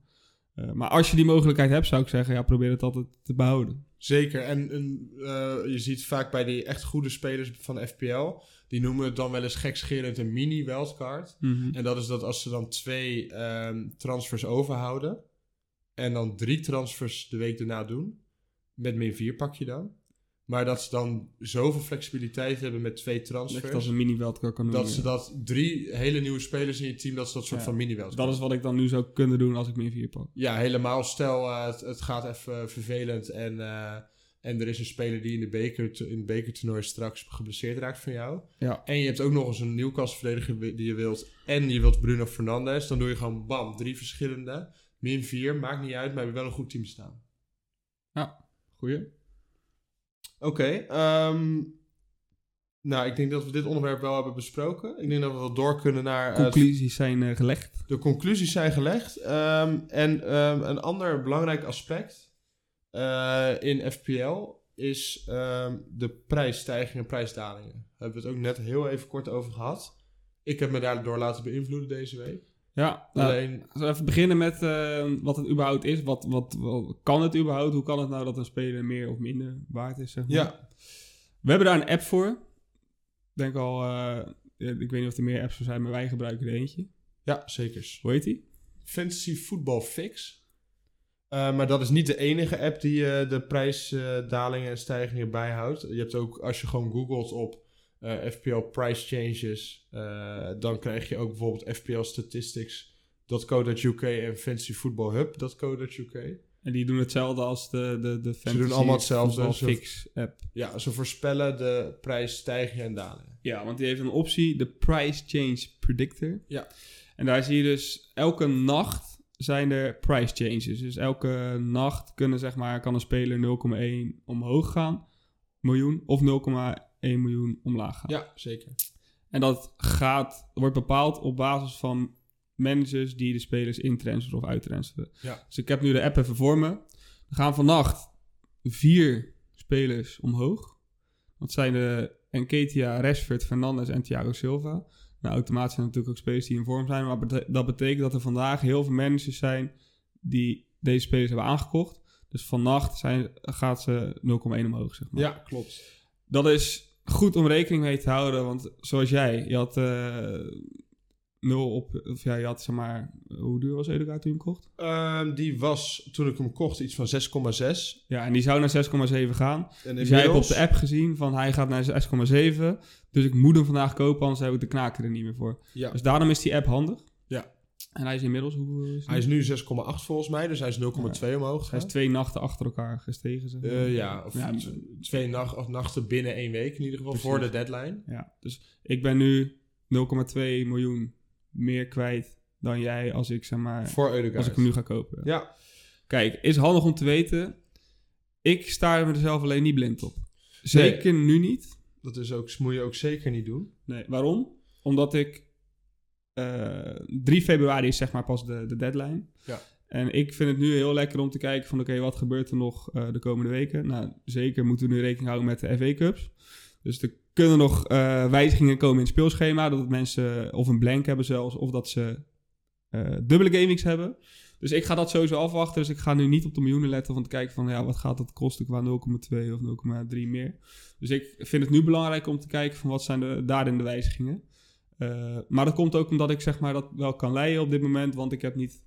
Speaker 2: Eh, maar als je die mogelijkheid hebt, zou ik zeggen, ja, probeer het altijd te behouden.
Speaker 1: Zeker. En een, eh, je ziet vaak bij die echt goede spelers van FPL, die noemen het dan wel eens gekscherend een mini-wildcard. En dat is dat als ze dan twee ehm, transfers overhouden en dan drie transfers de week daarna doen, met min 4 pak je dan. Maar dat ze dan zoveel flexibiliteit hebben met twee
Speaker 2: Dat je
Speaker 1: transfers,
Speaker 2: het
Speaker 1: dat,
Speaker 2: als een mini-wildcard kan doen. ja.
Speaker 1: ze dat drie hele nieuwe spelers in je team, dat ze dat soort
Speaker 2: Ja.
Speaker 1: van mini-wildcard
Speaker 2: Dat is wat ik dan nu zou kunnen doen als ik min 4 pak.
Speaker 1: Ja, helemaal. Stel, eh, het, het gaat even vervelend en, eh, en er is een speler die in, de beker, in het bekertoernooi straks geblesseerd raakt van jou.
Speaker 2: Ja.
Speaker 1: En je hebt ook nog eens een Newcastle-verdediger wi- die je wilt en je wilt Bruno Fernandes. Dan doe je gewoon bam, drie verschillende. Min vier, maakt niet uit, maar we hebben wel een goed team staan.
Speaker 2: Goeie.
Speaker 1: Oké, ehm, nou ik denk dat we dit onderwerp wel hebben besproken. Ik denk dat we wel door kunnen naar
Speaker 2: Conclusies zijn eh, gelegd.
Speaker 1: De conclusies zijn gelegd. Ehm, en ehm, een ander belangrijk aspect eh, in FPL is ehm, de prijsstijgingen en prijsdalingen. Daar hebben we het ook net heel even kort over gehad. Ik heb me daardoor laten beïnvloeden deze week.
Speaker 2: Ja, nou,
Speaker 1: Alleen,
Speaker 2: laten we even beginnen met eh, wat het überhaupt is. Wat, wat, wat- kan het überhaupt? Hoe kan het nou dat een speler meer of minder waard is? Zeg maar?
Speaker 1: ja,
Speaker 2: We hebben daar een app voor. Ik denk al, eh, ik weet niet of er meer apps voor zijn, maar wij gebruiken er eentje.
Speaker 1: ja, zeker.
Speaker 2: Hoe heet die?
Speaker 1: Fantasy Football Fix. Eh, maar dat is niet de enige app die eh, de prijsdalingen en stijgingen bijhoudt. Je hebt ook, als je gewoon googelt op eh, FPL price changes, eh, dan krijg je ook bijvoorbeeld FPL statistics. .co.uk en Fantasy Football Hub. .co.uk.
Speaker 2: En die doen hetzelfde als de, de, de fantasy
Speaker 1: doen allemaal hetzelfde,
Speaker 2: voetbal
Speaker 1: ze-
Speaker 2: fix app.
Speaker 1: Ja, ze voorspellen de prijsstijgingen en dalingen.
Speaker 2: Ja, want die heeft een optie, de Price Change Predictor.
Speaker 1: Ja.
Speaker 2: En daar zie je dus elke nacht zijn er price changes. Dus elke nacht kunnen, zeg maar, kan een speler 0,1 omhoog gaan, miljoen, of 0,1 miljoen omlaag gaan.
Speaker 1: Ja, zeker.
Speaker 2: En dat gaat, wordt bepaald op basis van managers die de spelers intransferen of uittransferen.
Speaker 1: Ja.
Speaker 2: Dus ik heb nu de app even voor me. Er gaan vannacht vier spelers omhoog. Dat zijn de Enketia, Rashford, Fernandes en Thiago Silva. Nou, automatisch zijn natuurlijk ook spelers die in vorm zijn. Maar bete- dat betekent dat er vandaag heel veel managers zijn die deze spelers hebben aangekocht. Dus vannacht zijn, gaat ze 0,1 omhoog, zeg maar.
Speaker 1: Ja, klopt.
Speaker 2: Dat is goed om rekening mee te houden, want zoals jij, je had eh nul op, of ja, je had zeg maar, hoe duur was Educa toen je hem kocht?
Speaker 1: Ehm, die was, toen ik hem kocht, iets van 6,6.
Speaker 2: Ja, en die zou naar 6,7 gaan.
Speaker 1: En
Speaker 2: Dus jij hebt op
Speaker 1: inmiddels-
Speaker 2: de app gezien van hij gaat naar 6,7, dus ik moet hem vandaag kopen, anders heb ik de knaker er niet meer voor.
Speaker 1: Ja.
Speaker 2: Dus daarom is die app handig.
Speaker 1: Ja.
Speaker 2: En hij is inmiddels, hoeveel is
Speaker 1: Hij is nu 6,8 volgens mij, dus hij is 0,2 omhoog.
Speaker 2: Dus Hij is
Speaker 1: gegaan.
Speaker 2: twee nachten achter elkaar gestegen. zeg maar.
Speaker 1: Eh, ja, of
Speaker 2: Ja,
Speaker 1: iets- twee nacht, of nachten binnen één week in ieder geval,
Speaker 2: Precies.
Speaker 1: voor de deadline.
Speaker 2: Ja, dus ik ben nu 0,2 miljoen meer kwijt dan jij als ik zeg maar
Speaker 1: Voor Eudegaard.
Speaker 2: als ik hem nu ga kopen.
Speaker 1: Ja,
Speaker 2: Kijk, is handig om te weten. Ik sta er mezelf alleen niet blind op. Zeker nu niet.
Speaker 1: dat is ook, moet je ook zeker niet doen.
Speaker 2: Nee, waarom? Omdat ik eh 3 februari is zeg maar pas de, de deadline.
Speaker 1: Ja.
Speaker 2: En ik vind het nu heel lekker om te kijken van oké, wat gebeurt er nog eh, de komende weken? Nou, zeker moeten we nu rekening houden met de FA Cups. Dus er kunnen nog eh, wijzigingen komen in het speelschema. Dat mensen of een blank hebben zelfs, of dat ze eh, dubbele gameweeks hebben. Dus ik ga dat sowieso afwachten. Dus ik ga nu niet op de miljoenen letten van te kijken van ja, wat gaat dat kosten qua 0,2 of 0,3 meer. Dus ik vind het nu belangrijk om te kijken van wat zijn de, daarin de wijzigingen. Eh, maar dat komt ook omdat ik zeg maar dat wel kan leiden op dit moment, want ik heb niet...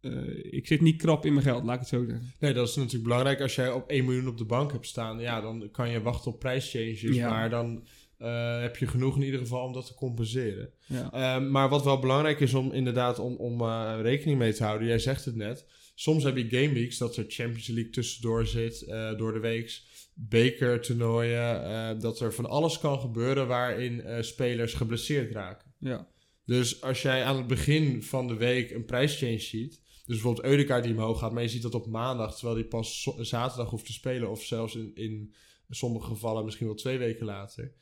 Speaker 2: eh, ik zit niet krap in mijn geld, laat ik het zo zeggen.
Speaker 1: Nee, dat is natuurlijk belangrijk. Als jij op 1 miljoen op de bank hebt staan, ja, dan kan je wachten op prijschanges.
Speaker 2: Ja.
Speaker 1: Maar dan eh, heb je genoeg in ieder geval om dat te compenseren.
Speaker 2: Ja.
Speaker 1: Eh, maar wat wel belangrijk is om inderdaad om, om eh, rekening mee te houden, jij zegt het net. Soms heb je gameweeks dat er Champions League tussendoor zit, eh, door de weeks, bekertoernooien, eh, dat er van alles kan gebeuren waarin eh, spelers geblesseerd raken.
Speaker 2: ja.
Speaker 1: Dus als jij aan het begin van de week een prijschange ziet, dus bijvoorbeeld Eudekaart die omhoog gaat, maar je ziet dat op maandag, terwijl die pas zo- zaterdag hoeft te spelen, of zelfs in, in sommige gevallen misschien wel twee weken later,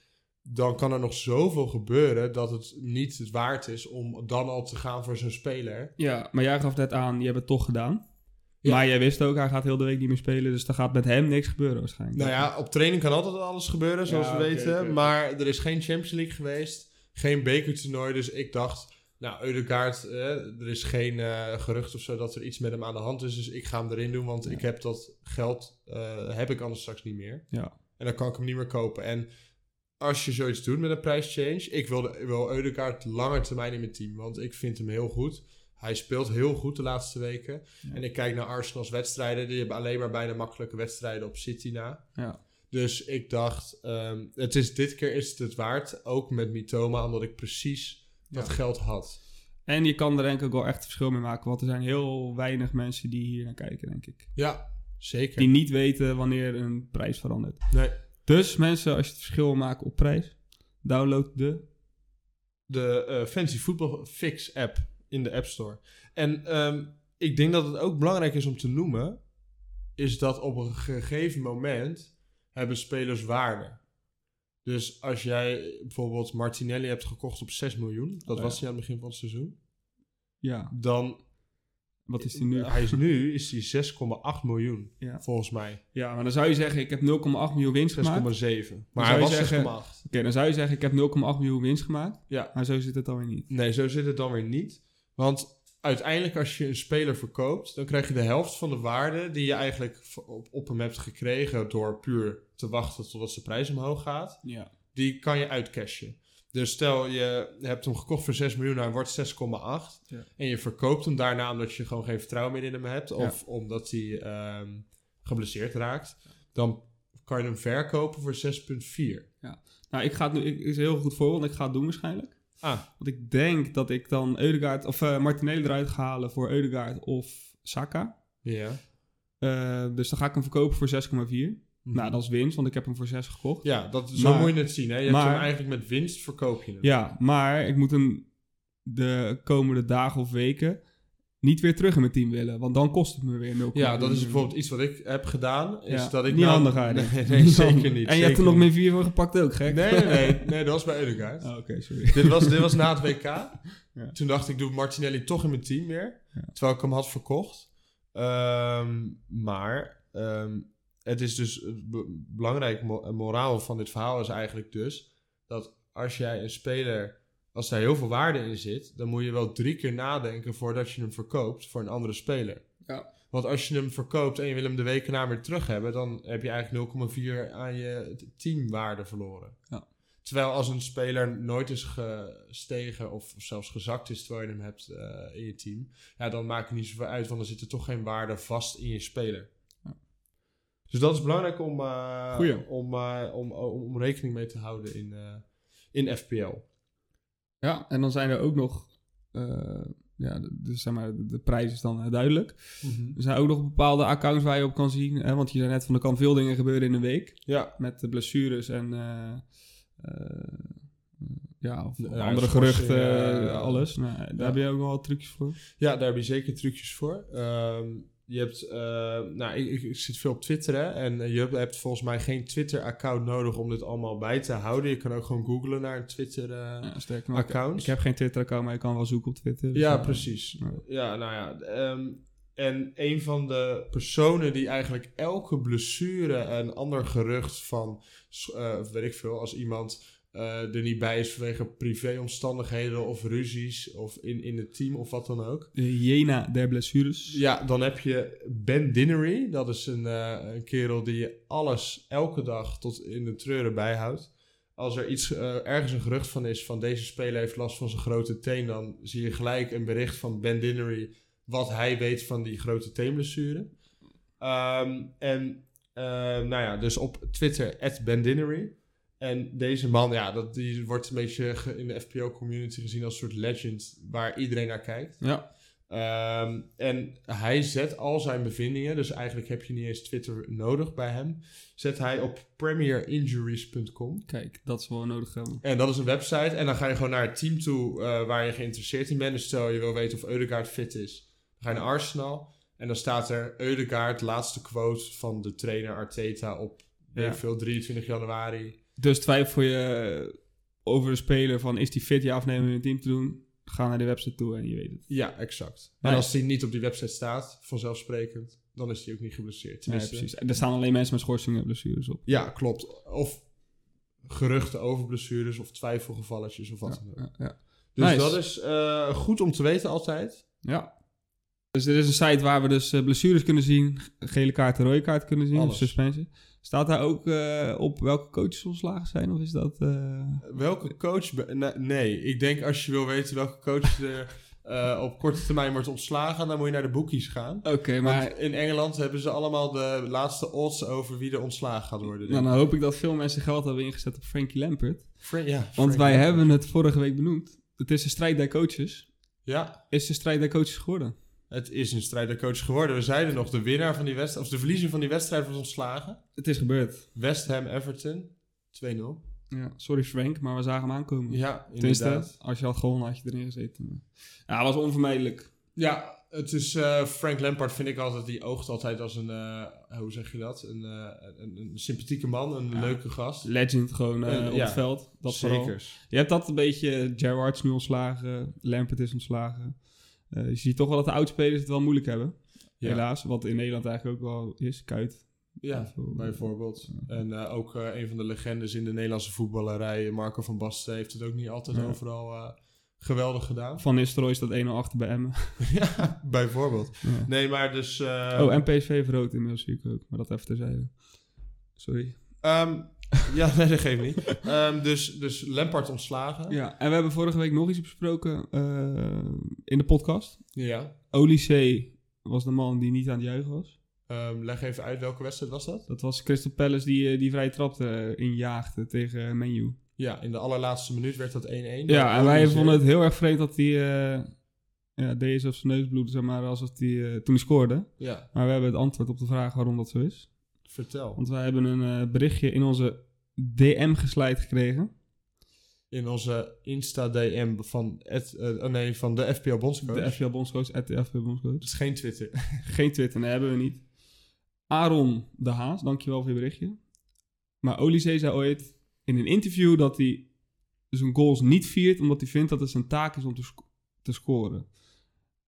Speaker 1: dan kan er nog zoveel gebeuren dat het niet het waard is om dan al te gaan voor zo'n speler.
Speaker 2: Ja, maar jij gaf net aan, je hebt het toch gedaan.
Speaker 1: Ja.
Speaker 2: Maar jij wist ook, hij gaat heel de week niet meer spelen, dus er gaat met hem niks gebeuren waarschijnlijk.
Speaker 1: Nou ja, op training kan altijd alles gebeuren, zoals
Speaker 2: Ja,
Speaker 1: we
Speaker 2: oké,
Speaker 1: weten,
Speaker 2: oké.
Speaker 1: maar er is geen Champions League geweest, geen bekertoernooi, dus ik dacht... Nou, Eudegaard, eh, er is geen eh, gerucht of zo dat er iets met hem aan de hand is. Dus ik ga hem erin doen, want
Speaker 2: Ja.
Speaker 1: ik heb dat geld eh, heb ik anders straks niet meer.
Speaker 2: Ja.
Speaker 1: En dan kan ik hem niet meer kopen. En als je zoiets doet met een prijschange... Ik wil, de- ik wil Eudegaard langer termijn in mijn team, want ik vind hem heel goed. Hij speelt heel goed de laatste weken.
Speaker 2: Ja.
Speaker 1: En ik kijk naar Arsenal's wedstrijden. Die hebben alleen maar bijna makkelijke wedstrijden op City na.
Speaker 2: Ja.
Speaker 1: Dus ik dacht, ehm, het is, dit keer is het het waard. Ook met Mitoma, omdat ik precies dat
Speaker 2: Ja.
Speaker 1: geld had.
Speaker 2: En je kan er denk ik ook wel echt verschil mee maken, want er zijn heel weinig mensen die hier naar kijken, denk ik.
Speaker 1: Ja, zeker.
Speaker 2: Die niet weten wanneer een prijs verandert.
Speaker 1: Nee,
Speaker 2: Dus mensen, als je het verschil wil maken op prijs, download de...
Speaker 1: de eh, Fancy Football Fix app in de App Store. En ehm, ik denk dat het ook belangrijk is om te noemen, is dat op een gegeven moment hebben spelers waarde. Dus als jij bijvoorbeeld Martinelli hebt gekocht op 6 miljoen, dat
Speaker 2: Oh Ja.
Speaker 1: was hij aan het begin van het seizoen,
Speaker 2: Ja,
Speaker 1: dan
Speaker 2: wat is die nu?
Speaker 1: Hij is nu is hij 6,8 miljoen,
Speaker 2: Ja.
Speaker 1: volgens mij. 6,7.
Speaker 2: Ja, maar dan zou je zeggen, ik heb 0,8 miljoen winst gemaakt. Oké,
Speaker 1: Maar
Speaker 2: zou
Speaker 1: hij
Speaker 2: je
Speaker 1: was
Speaker 2: zeggen-
Speaker 1: 6,8.
Speaker 2: dan zou je zeggen, ik heb 0,8 miljoen winst gemaakt.
Speaker 1: Ja.
Speaker 2: Maar zo zit het alweer niet.
Speaker 1: Nee, zo zit het dan weer niet. Want uiteindelijk als je een speler verkoopt, dan krijg je de helft van de waarde die je eigenlijk v- op, op hem hebt gekregen door puur te wachten totdat zijn prijs omhoog gaat.
Speaker 2: Ja.
Speaker 1: Die kan je uitcashen. Dus stel je hebt hem gekocht voor 6 miljoen, hij wordt 6,8.
Speaker 2: Ja.
Speaker 1: En je verkoopt hem daarna omdat je gewoon geen vertrouwen meer in hem hebt of omdat hij ehm, geblesseerd raakt. Dan kan je hem verkopen voor 6,4.
Speaker 2: Nou, ik ga het nu, ik, is een heel goed voorbeeld, en ik ga het doen waarschijnlijk.
Speaker 1: Ah,
Speaker 2: Want ik denk dat ik dan Eudegaard, of eh, Martinelli eruit ga halen voor Eudegaard of Saka.
Speaker 1: ja.
Speaker 2: Eh, dus dan ga ik hem verkopen voor 6,4. Nou, dat is winst, want ik heb hem voor 6 gekocht.
Speaker 1: Mhm. Ja, dat, zo
Speaker 2: Maar-
Speaker 1: moet je het zien. Hè? Je hebt
Speaker 2: maar-
Speaker 1: hem eigenlijk met winst verkoop je hem.
Speaker 2: Ja, maar ik moet hem de komende dagen of weken niet weer terug in mijn team willen. Want dan kost het me weer 0,4
Speaker 1: Ja, dat is
Speaker 2: miljoen.
Speaker 1: bijvoorbeeld iets wat ik heb gedaan. Is
Speaker 2: Mm. Ja,
Speaker 1: dat ik
Speaker 2: niet
Speaker 1: nou-
Speaker 2: handig eigenlijk.
Speaker 1: Nee, nee,
Speaker 2: Niet
Speaker 1: zeker
Speaker 2: handig.
Speaker 1: niet.
Speaker 2: En je hebt er nog min 4 voor gepakt ook, gek?
Speaker 1: Nee, nee, nee, nee, dat was bij Eudegaard.
Speaker 2: Oh, Oké, sorry.
Speaker 1: Dit, was, dit was na het WK.
Speaker 2: Ja.
Speaker 1: Toen dacht ik, doe Martinelli toch in mijn team weer.
Speaker 2: Ja.
Speaker 1: Terwijl ik hem had verkocht. Ehm, maar ehm, het is dus het be- belangrijk mo- en moraal van dit verhaal is eigenlijk dus dat als jij een speler, als daar heel veel waarde in zit, dan moet je wel drie keer nadenken voordat je hem verkoopt voor een andere speler.
Speaker 2: Ja.
Speaker 1: Want als je hem verkoopt en je wil hem de weken na weer terug hebben, dan heb je eigenlijk 0,4 aan je t- teamwaarde verloren.
Speaker 2: Ja.
Speaker 1: Terwijl als een speler nooit is gestegen of zelfs gezakt is terwijl je hem hebt eh, in je team, ja, dan maakt het niet zoveel uit, want er zit er toch geen waarde vast in je speler.
Speaker 2: Ja.
Speaker 1: Dus dat is belangrijk om, eh,
Speaker 2: Goeie.
Speaker 1: om, eh, om, om, om rekening mee te houden in, eh, in FPL.
Speaker 2: Ja, en dan zijn er ook nog eh, ja, d- dus zeg maar, de- de prijs is dan eh, duidelijk. Er zijn ook nog bepaalde accounts waar je op kan zien. Hè, want je zei net van er kan veel dingen gebeuren in een week.
Speaker 1: Ja.
Speaker 2: Met de blessures en eh, eh, ja, of
Speaker 1: Ja,
Speaker 2: andere
Speaker 1: schorsingen,
Speaker 2: geruchten,
Speaker 1: eh,
Speaker 2: alles. Nou, daar
Speaker 1: ja.
Speaker 2: heb je ook wel wat trucjes voor.
Speaker 1: Ja, daar heb je zeker trucjes voor. Ehm, je hebt, eh, nou, ik, ik, ik zit veel op Twitter hè, en eh, je hebt- hebt volgens mij geen Twitter-account nodig om dit allemaal bij te houden. Je kan ook gewoon googlen naar een Twitter-account.
Speaker 2: Ja, sterk nog, ik heb geen Twitter-account, maar je kan wel zoeken op Twitter. Dus,
Speaker 1: Ja,
Speaker 2: eh,
Speaker 1: precies.
Speaker 2: ja.
Speaker 1: Ja, nou ja. ehm, en een van de personen die eigenlijk elke blessure en ander gerucht van, s- eh, of weet ik veel, als iemand eh, er niet bij is vanwege privéomstandigheden of ruzies of in, in het team of wat dan ook.
Speaker 2: De Jena der blessures.
Speaker 1: Dus Ja, dan heb je Ben Dinnery. Dat is een, eh, een kerel die je alles elke dag tot in de treuren bijhoudt. Als er iets, eh, ergens een gerucht van is van deze speler heeft last van zijn grote teen, dan zie je gelijk een bericht van Ben Dinnery wat hij weet van die grote teenblessure. Ehm, en eh, nou ja, dus op Twitter, Ben Dinnery. En deze man, ja, dat, die wordt een beetje ge- in de FPO-community gezien als een soort legend waar iedereen naar kijkt.
Speaker 2: Ja.
Speaker 1: Ehm, en hij zet al zijn bevindingen, dus eigenlijk heb je niet eens Twitter nodig bij hem, zet hij op premierinjuries.com.
Speaker 2: Kijk, dat is wel nodig hebben.
Speaker 1: En dat is een website en dan ga je gewoon naar het team toe eh, waar je geïnteresseerd in bent. Dus stel je wil weten of Eudegaard fit is, dan ga je naar Arsenal en dan staat er Eudegaard, laatste quote van de trainer Arteta op weet
Speaker 2: Ja.
Speaker 1: ik veel, 23 januari.
Speaker 2: Dus twijfel je eh, over de speler van is die fit ja of nee om in het team te doen? Ga naar de website toe en je weet het.
Speaker 1: Ja, exact. En
Speaker 2: Nice.
Speaker 1: als die niet op die website staat, vanzelfsprekend, dan is die ook niet geblesseerd.
Speaker 2: Ja,
Speaker 1: Tenminste,
Speaker 2: precies. En er staan alleen mensen met schorsingen en blessures op.
Speaker 1: Ja, klopt. Of geruchten over blessures of twijfelgevalletjes of wat dan ook.
Speaker 2: Ja, ja.
Speaker 1: Dus
Speaker 2: Nice.
Speaker 1: dat is eh, goed om te weten altijd.
Speaker 2: Ja. Dus er is een site waar we dus eh, blessures kunnen zien, ge- gele kaart en rode kaart kunnen zien,
Speaker 1: Alles.
Speaker 2: of suspensie. Staat daar ook eh, op welke coaches ontslagen zijn, of is dat... eh,
Speaker 1: Welke coach... be- na- nee, ik denk als je wil weten welke coach er eh, op korte termijn wordt ontslagen... dan moet je naar de boekies gaan.
Speaker 2: Oké, maar
Speaker 1: Want in Engeland hebben ze allemaal de laatste odds over wie er ontslagen gaat worden.
Speaker 2: nou,
Speaker 1: denk ik.
Speaker 2: dan hoop ik dat veel mensen geld hebben ingezet op Frankie Lampert.
Speaker 1: Fra- ja,
Speaker 2: Want
Speaker 1: Frank
Speaker 2: wij
Speaker 1: Lampard.
Speaker 2: hebben het vorige week benoemd. Het is een strijd der coaches.
Speaker 1: Ja,
Speaker 2: Is de strijd der coaches geworden?
Speaker 1: het is een strijdercoach geworden. We zeiden nog, de winnaar van die wedstrijd... of de verliezer van die wedstrijd was ontslagen.
Speaker 2: Het is gebeurd.
Speaker 1: West Ham Everton, 2-0.
Speaker 2: Ja, sorry Frank, maar we zagen hem aankomen.
Speaker 1: Ja,
Speaker 2: Tenminste,
Speaker 1: inderdaad.
Speaker 2: als je had gewonnen, had je erin gezeten. Ja, dat was onvermijdelijk.
Speaker 1: Ja, het is eh, Frank Lampard vind ik altijd, die oogt altijd als een, eh, hoe zeg je dat, een, eh, een, een sympathieke man, een
Speaker 2: Ja.
Speaker 1: leuke gast.
Speaker 2: Legend gewoon eh,
Speaker 1: Eh,
Speaker 2: op
Speaker 1: ja.
Speaker 2: het veld. Dat vooral.
Speaker 1: Zekers.
Speaker 2: Je hebt dat een beetje. Gerrard is nu ontslagen. Lampert is ontslagen. Eh, je ziet toch wel dat de oudspelers het wel moeilijk hebben.
Speaker 1: Ja.
Speaker 2: Helaas. Wat in Nederland eigenlijk ook wel is. Kuit.
Speaker 1: Ja,
Speaker 2: Zo.
Speaker 1: bijvoorbeeld. En eh, ook eh, een van de legendes in de Nederlandse voetballerij, Marco van Basten, heeft het ook niet altijd
Speaker 2: Ja.
Speaker 1: overal eh, geweldig gedaan.
Speaker 2: Van Nistelrooy staat 1-0 achter bij Emmen.
Speaker 1: ja, bijvoorbeeld.
Speaker 2: Ja.
Speaker 1: Nee, maar dus... eh,
Speaker 2: Oh, en PSV heeft rood inmiddels zie ik ook. Maar dat even terzijde. Sorry.
Speaker 1: ehm, ja, nee, dat geeft niet. Ehm, dus, dus Lampard ontslagen.
Speaker 2: Ja, en we hebben vorige week nog iets besproken eh, in de podcast.
Speaker 1: Ja.
Speaker 2: Olysee was de man die niet aan het juichen was.
Speaker 1: Ehm, leg even uit, welke wedstrijd was dat?
Speaker 2: Dat was Crystal Palace die, eh, die vrij trapte eh, injaagde tegen Menu.
Speaker 1: Ja, in de allerlaatste minuut werd dat 1-1.
Speaker 2: Ja, en wij
Speaker 1: Olysee.
Speaker 2: vonden het heel erg vreemd dat hij eh ja, deed alsof zijn neus bloedde, zeg maar, alsof hij eh, toen hij scoorde.
Speaker 1: Ja,
Speaker 2: Maar we hebben het antwoord op de vraag waarom dat zo is.
Speaker 1: vertel.
Speaker 2: Want wij hebben een eh, berichtje in onze DM geslijt gekregen.
Speaker 1: In onze Insta-DM van, het, eh, oh nee, van de FPL Bondscoach.
Speaker 2: De FPL Bondscoach, at de FPL Bondscoach.
Speaker 1: Dat is geen Twitter.
Speaker 2: Geen Twitter, nee, hebben we niet. Aaron de Haas, dankjewel voor je berichtje. Maar Olysee zei ooit in een interview dat hij zijn goals niet viert... omdat hij vindt dat het zijn taak is om te, sc- te scoren.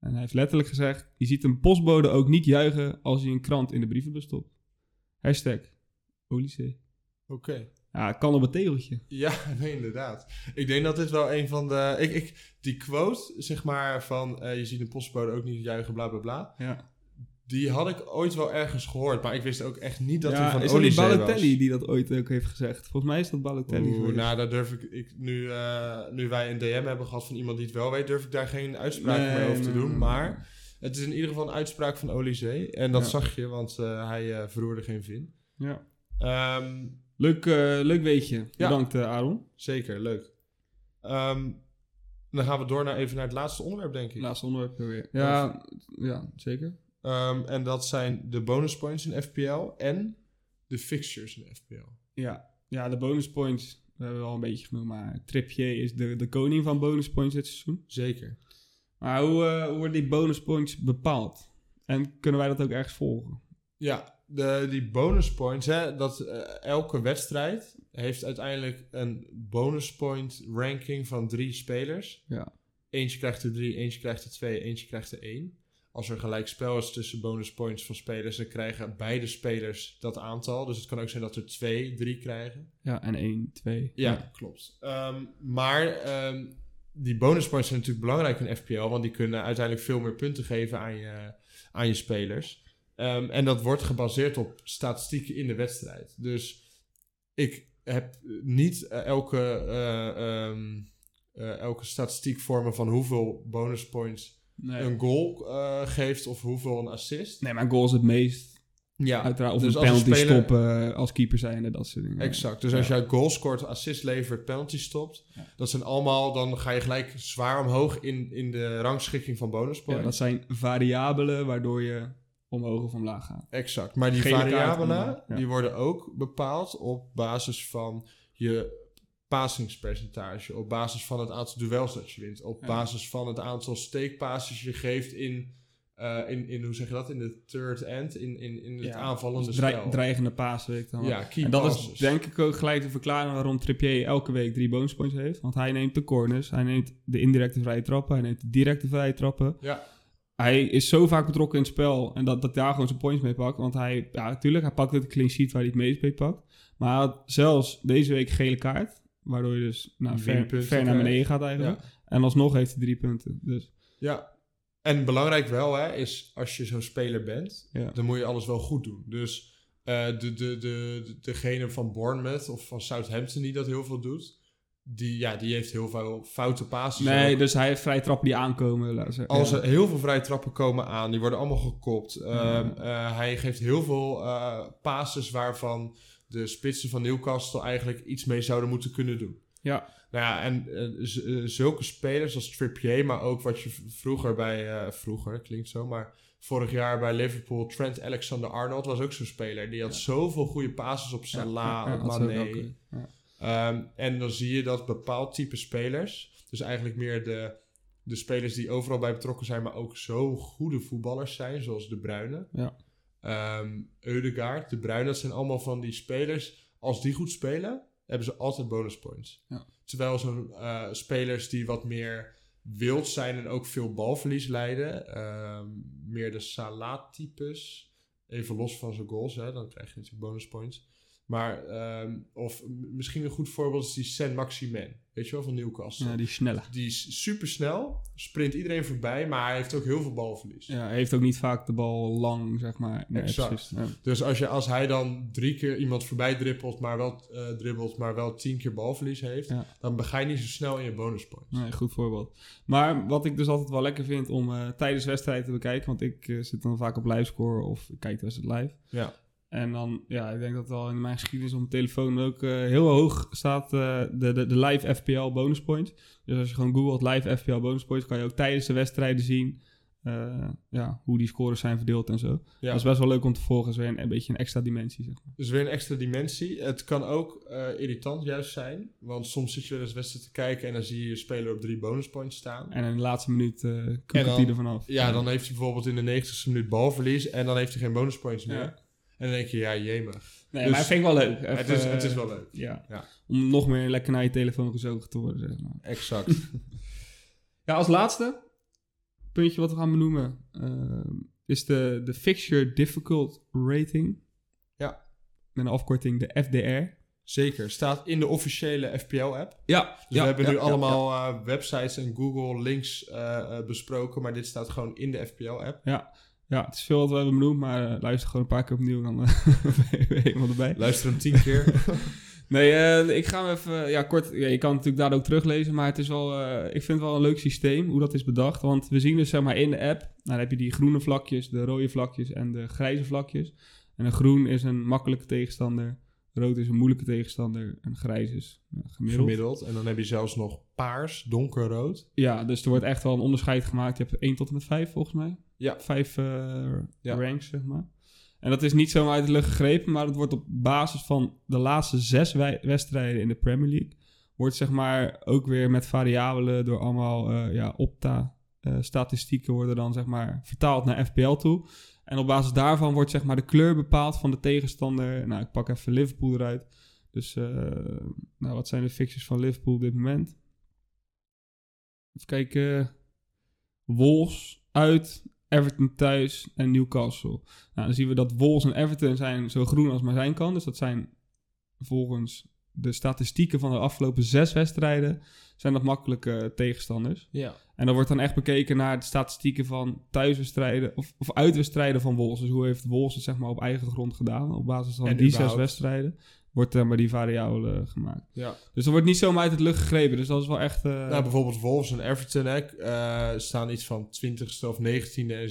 Speaker 2: En hij heeft letterlijk gezegd... je ziet een postbode ook niet juichen als hij een krant in de brievenbus stopt. Hashtag Olysee.
Speaker 1: Oké.
Speaker 2: Ja, het kan op het tegeltje.
Speaker 1: Ja, nee, inderdaad. Ik denk dat dit wel een van de... Ik, ik, die quote, zeg maar, van eh, je ziet een postbode ook niet juichen, bla bla bla.
Speaker 2: Ja,
Speaker 1: Die had ik ooit wel ergens gehoord, maar ik wist ook echt niet dat hij van
Speaker 2: is dat niet
Speaker 1: Olysee
Speaker 2: Balotelli die dat ooit ook heeft gezegd? Volgens mij is dat
Speaker 1: was.
Speaker 2: Balotelli
Speaker 1: Oeh,
Speaker 2: geweest.
Speaker 1: nou, daar durf ik, ik nu, eh, nu wij een DM hebben gehad van iemand die het wel weet, durf ik daar geen uitspraak
Speaker 2: Nee,
Speaker 1: mee over te
Speaker 2: nee,
Speaker 1: doen.
Speaker 2: nee,
Speaker 1: Maar Het is in ieder geval een uitspraak van Olysee. En dat
Speaker 2: Ja.
Speaker 1: zag je, want eh, hij eh, verroerde geen vin.
Speaker 2: nee. Ja.
Speaker 1: Ehm,
Speaker 2: Leuk, eh leuk weetje.
Speaker 1: Ja.
Speaker 2: Bedankt, eh, Aaron.
Speaker 1: zeker, leuk. Ehm, dan gaan we door naar even naar het laatste onderwerp, denk ik.
Speaker 2: Laatste onderwerp weer. Ja, ja zeker.
Speaker 1: Ehm, en dat zijn de bonus points in FPL en de fixtures in FPL.
Speaker 2: Ja, ja de bonus points we hebben we al een beetje genoemd. Maar Trippier is de, de koning van bonus points dit seizoen.
Speaker 1: Zeker.
Speaker 2: Maar hoe, eh, hoe worden die bonus points bepaald? En kunnen wij dat ook ergens volgen?
Speaker 1: Ja, de, die bonus points, hè, dat eh, elke wedstrijd heeft uiteindelijk een bonus point ranking van drie spelers.
Speaker 2: Ja.
Speaker 1: Eentje krijgt er drie, eentje krijgt er twee, eentje krijgt er één. Als er gelijk spel is tussen bonus points van spelers, dan krijgen beide spelers dat aantal. Dus het kan ook zijn dat er twee, drie krijgen.
Speaker 2: Ja, en 1, 2.
Speaker 1: Ja, klopt. Ehm, maar ehm, die bonuspoints zijn natuurlijk belangrijk in FPL, want die kunnen uiteindelijk veel meer punten geven aan je, aan je spelers. Ehm, en dat wordt gebaseerd op statistieken in de wedstrijd. Dus ik heb niet eh, elke, eh, ehm, eh, elke statistiek vormen van hoeveel bonuspoints
Speaker 2: Nee.
Speaker 1: een goal eh, geeft of hoeveel een assist.
Speaker 2: nee, maar goal is het meest.
Speaker 1: Ja,
Speaker 2: Uiteraard, of
Speaker 1: dus
Speaker 2: een
Speaker 1: als een
Speaker 2: penalty
Speaker 1: speler-
Speaker 2: stoppen eh, als keeper zijn en dat soort dingen.
Speaker 1: Exact. Dus als jij goal scoort, assist levert, penalty stopt,
Speaker 2: Ja.
Speaker 1: dat zijn allemaal, dan ga je gelijk zwaar omhoog in, in de rangschikking van bonuspoints.
Speaker 2: Ja, dat zijn variabelen waardoor je omhoog of omlaag gaat.
Speaker 1: Exact. Maar die
Speaker 2: Gele kaart
Speaker 1: variabelen,
Speaker 2: allemaal, ja.
Speaker 1: die worden ook bepaald op basis van je pasingspercentage, op basis van het aantal duels dat je wint, op
Speaker 2: Ja.
Speaker 1: basis van het aantal steekpasses je geeft in, eh, in, in hoe zeg je dat, in de third end, in, in, in het
Speaker 2: Ja,
Speaker 1: aanvallende
Speaker 2: Drei-
Speaker 1: spel.
Speaker 2: dreigende paas, weet ik dan. wel.
Speaker 1: ja, key
Speaker 2: en dat
Speaker 1: passes.
Speaker 2: is denk ik ook gelijk de verklaring waarom Trippier elke week drie bonuspoints heeft. Want hij neemt de corners, hij neemt de indirecte vrije trappen, hij neemt de directe vrije trappen.
Speaker 1: Ja.
Speaker 2: Hij is zo vaak betrokken in het spel en dat, dat daar gewoon zijn points mee pakt. Want hij, ja natuurlijk, hij pakt het clean sheet waar hij het meest mee pakt. Maar hij had zelfs deze week gele kaart, waardoor je dus nou, ver,
Speaker 1: Winpunten
Speaker 2: ver naar
Speaker 1: krijgt.
Speaker 2: beneden gaat eigenlijk. En alsnog heeft hij drie punten. Dus
Speaker 1: Ja. En belangrijk wel, hè, is als je zo'n speler bent,
Speaker 2: Ja.
Speaker 1: dan moet je alles wel goed doen. Dus eh, de, de, de, de- degene van Bournemouth of van Southampton die dat heel veel doet, die, ja, die heeft heel veel foute passes.
Speaker 2: Nee,
Speaker 1: ook.
Speaker 2: dus hij heeft vrij trappen die aankomen. laten we zeggen.
Speaker 1: Als
Speaker 2: Ja.
Speaker 1: er heel veel vrije trappen komen aan, die worden allemaal gekopt. Ehm,
Speaker 2: Ja.
Speaker 1: eh, hij geeft heel veel eh passes waarvan de spitsen van Newcastle eigenlijk iets mee zouden moeten kunnen doen.
Speaker 2: Ja.
Speaker 1: Nou ja, en eh, z- eh, zulke spelers als Trippier, maar ook wat je v- vroeger bij... eh, vroeger, klinkt zo, maar vorig jaar bij Liverpool... Trent Alexander-Arnold was ook zo'n speler. Die had zoveel goede passes op
Speaker 2: Ja,
Speaker 1: Salah,
Speaker 2: ja,
Speaker 1: op
Speaker 2: dat zou
Speaker 1: Mané.
Speaker 2: wel kunnen. Ja.
Speaker 1: Ehm, en dan zie je dat bepaald type spelers, dus eigenlijk meer de, de spelers die overal bij betrokken zijn, maar ook zo goede voetballers zijn, zoals De Bruyne,
Speaker 2: Ja.
Speaker 1: Ehm, Eudegaard, De Bruyne, dat zijn allemaal van die spelers. Als die goed spelen, hebben ze altijd bonuspoints.
Speaker 2: Ja.
Speaker 1: Terwijl zo'n eh, spelers die wat meer wild zijn en ook veel balverlies leiden, ehm, meer de Salah-types, even los van zijn goals, hè, dan krijg je natuurlijk bonuspoints. Maar, ehm, of m- misschien een goed voorbeeld is die Saint-Maximin. Weet je wel, van Newcastle.
Speaker 2: Ja, die snelle.
Speaker 1: Die is supersnel, sprint iedereen voorbij, maar hij heeft ook heel veel balverlies.
Speaker 2: Ja, hij heeft ook niet vaak de bal lang, zeg maar. Nee,
Speaker 1: Exact.
Speaker 2: precies. Ja.
Speaker 1: Dus als, je, als hij dan drie keer iemand voorbij dribbelt, maar wel, eh, dribbelt, maar wel tien keer balverlies heeft,
Speaker 2: Ja.
Speaker 1: dan ga je niet zo snel in je bonuspoint.
Speaker 2: Nee, goed voorbeeld. Maar wat ik dus altijd wel lekker vind om eh, tijdens wedstrijden te bekijken, want ik eh, zit dan vaak op livescore of ik kijk de wedstrijd live.
Speaker 1: Ja.
Speaker 2: En dan, ja, ik denk dat al in mijn geschiedenis op mijn telefoon ook eh, heel hoog staat eh, de, de, de live FPL bonuspoint. Dus als je gewoon googelt live FPL bonuspoint, kan je ook tijdens de wedstrijden zien eh, ja, hoe die scores zijn verdeeld en zo.
Speaker 1: Ja.
Speaker 2: Dat is best wel leuk om te volgen, is weer een, een beetje een extra dimensie, zeg maar.
Speaker 1: Dus weer een extra dimensie. Het kan ook eh, irritant juist zijn, want soms zit je wel eens wedstrijd te kijken en dan zie je je speler op drie bonuspoints staan.
Speaker 2: En in de laatste minuut uh,
Speaker 1: En
Speaker 2: komt
Speaker 1: dan-
Speaker 2: hij er vanaf.
Speaker 1: Ja, dan heeft hij bijvoorbeeld in de 90ste minuut balverlies en dan heeft hij geen bonuspoints meer.
Speaker 2: Ja.
Speaker 1: En dan denk je, ja, jemig.
Speaker 2: Nee,
Speaker 1: Dus-
Speaker 2: maar dat vind ik wel leuk.
Speaker 1: het,
Speaker 2: Even,
Speaker 1: is, het is
Speaker 2: eh,
Speaker 1: wel leuk.
Speaker 2: Ja.
Speaker 1: Ja.
Speaker 2: Om nog meer lekker naar je telefoon gezogen te worden, zeg maar.
Speaker 1: Exact.
Speaker 2: Ja, als laatste puntje wat we gaan benoemen ehm, is de, de Fixture Difficult Rating.
Speaker 1: Ja.
Speaker 2: Met een afkorting de FDR.
Speaker 1: Zeker. Staat in de officiële FPL-app.
Speaker 2: Ja.
Speaker 1: Dus we hebben nu allemaal eh, websites en Google links eh, eh, besproken, maar dit staat gewoon in de FPL-app.
Speaker 2: Ja. het is veel wat we hebben benoemd, maar eh, luister gewoon een paar keer opnieuw, dan eh, ben je helemaal erbij.
Speaker 1: Luister hem tien keer.
Speaker 2: Nee, eh, ik ga hem even ja, kort. Ja, je kan het natuurlijk daar ook teruglezen, maar het is wel, eh, ik vind het wel een leuk systeem hoe dat is bedacht. Want we zien dus zeg maar in de app, nou, dan heb je die groene vlakjes, de rode vlakjes en de grijze vlakjes. En een groen is een makkelijke tegenstander, Rood is een moeilijke tegenstander en grijs is ja, gemiddeld.
Speaker 1: gemiddeld. En dan heb je zelfs nog paars, donkerrood.
Speaker 2: Ja, dus er wordt echt wel een onderscheid gemaakt. Je hebt 1 tot en met 5 volgens mij.
Speaker 1: Ja.
Speaker 2: Vijf eh,
Speaker 1: Ja.
Speaker 2: ranks, zeg maar. En dat is niet zomaar uit de lucht gegrepen, maar het wordt op basis van de laatste zes wij- wedstrijden in de Premier League. Wordt zeg maar ook weer met variabelen door allemaal eh, ja, opta-statistieken worden dan zeg maar vertaald naar FPL toe. En op basis daarvan wordt zeg maar de kleur bepaald van de tegenstander. Nou, ik pak even Liverpool eruit. Dus eh, nou, wat zijn de fixtures van Liverpool op dit moment? Even kijken. Wolves uit, Everton thuis en Newcastle. Nou, dan zien we dat Wolves en Everton zijn zo groen als maar zijn kan. Dus dat zijn volgens de statistieken van de afgelopen zes wedstrijden... zijn dat makkelijke eh, tegenstanders.
Speaker 1: Ja.
Speaker 2: En dan wordt dan echt bekeken naar de statistieken van thuiswedstrijden... of, of uitwedstrijden van Wolves. Dus hoe heeft Wolves het zeg maar op eigen grond gedaan? Op basis van
Speaker 1: En
Speaker 2: die zes
Speaker 1: überhaupt.
Speaker 2: wedstrijden wordt er maar die variabele gemaakt.
Speaker 1: ja.
Speaker 2: Dus dat wordt niet zomaar uit het lucht gegrepen. Dus dat is wel echt... eh,
Speaker 1: Nou, bijvoorbeeld Wolves en Everton hè, eh, staan iets van 20ste of 19e en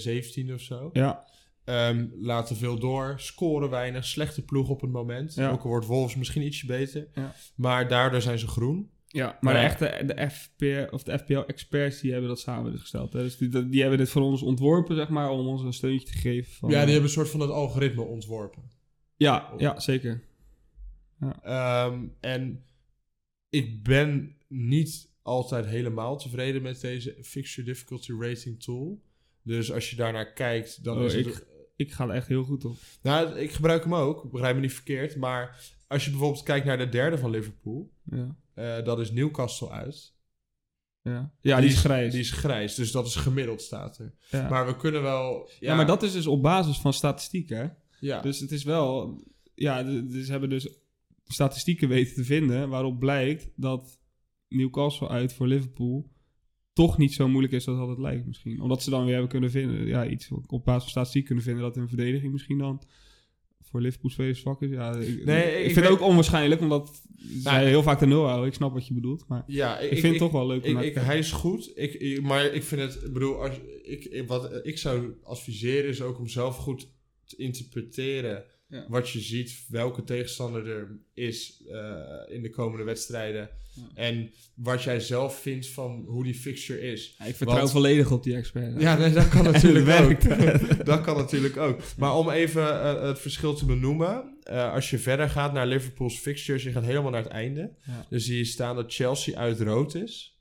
Speaker 1: 17e of zo.
Speaker 2: ja,
Speaker 1: Ehm, laten veel door, scoren weinig, slechte ploeg op het moment.
Speaker 2: Ja.
Speaker 1: Ook al wordt Wolves misschien ietsje beter.
Speaker 2: Ja.
Speaker 1: Maar daardoor zijn ze groen.
Speaker 2: Ja, maar
Speaker 1: Ja.
Speaker 2: de echte de FPL, of de FPL-experts die hebben dat samen gesteld. Hè? Dus die, die hebben dit voor ons ontworpen, zeg maar, om ons een steuntje te geven. Van,
Speaker 1: Ja, die hebben een soort van dat algoritme ontworpen.
Speaker 2: ja, ja, zeker.
Speaker 1: Ehm, en ik ben niet altijd helemaal tevreden met deze fixture difficulty rating tool. Dus als je daarnaar kijkt, dan
Speaker 2: Oh,
Speaker 1: is het...
Speaker 2: ik- Ik ga er echt heel goed op.
Speaker 1: Nou, ik gebruik hem ook, begrijp me niet verkeerd. Maar als je bijvoorbeeld kijkt naar de derde van Liverpool,
Speaker 2: Ja,
Speaker 1: eh, dat is Newcastle uit.
Speaker 2: ja. ja die, is grijs.
Speaker 1: Die is grijs, dus dat is gemiddeld staat er.
Speaker 2: ja.
Speaker 1: Maar we kunnen wel... Ja,
Speaker 2: ja. maar dat is dus op basis van statistiek, hè?
Speaker 1: Ja,
Speaker 2: Dus het is wel... Ja, d- dus ze hebben dus statistieken weten te vinden... waarop blijkt dat Newcastle uit voor Liverpool... toch niet zo moeilijk is als dat het lijkt misschien. Omdat ze dan weer hebben kunnen vinden... Ja, iets op basis van statistiek kunnen vinden... dat hun verdediging misschien dan voor Liverpool spelers zwak is. Ja, ik,
Speaker 1: Nee,
Speaker 2: ik,
Speaker 1: ik
Speaker 2: vind
Speaker 1: weet-
Speaker 2: het ook onwaarschijnlijk... omdat zij heel vaak de nul houden. Ik snap wat je bedoelt, maar...
Speaker 1: ja
Speaker 2: Ik, vind het toch wel leuk om
Speaker 1: Ik,
Speaker 2: naar te
Speaker 1: ik,
Speaker 2: kijken.
Speaker 1: hij is goed, ik, ik- maar ik vind het, ik bedoel, als, ik, ik- wat ik zou adviseren is ook om zelf goed te interpreteren
Speaker 2: Ja.
Speaker 1: wat je ziet, welke tegenstander er is eh, in de komende wedstrijden
Speaker 2: Ja.
Speaker 1: en wat jij zelf vindt van hoe die fixture is.
Speaker 2: Ja, ik vertrouw
Speaker 1: want-
Speaker 2: volledig op die expert.
Speaker 1: Ja, nee, dat kan natuurlijk
Speaker 2: Het
Speaker 1: ook.
Speaker 2: werkt.
Speaker 1: dat kan natuurlijk ook. Maar om even eh, het verschil te benoemen. eh, als je verder gaat naar Liverpool's fixtures, je gaat helemaal naar het einde.
Speaker 2: Ja.
Speaker 1: Dan zie je staan dat Chelsea uit rood is.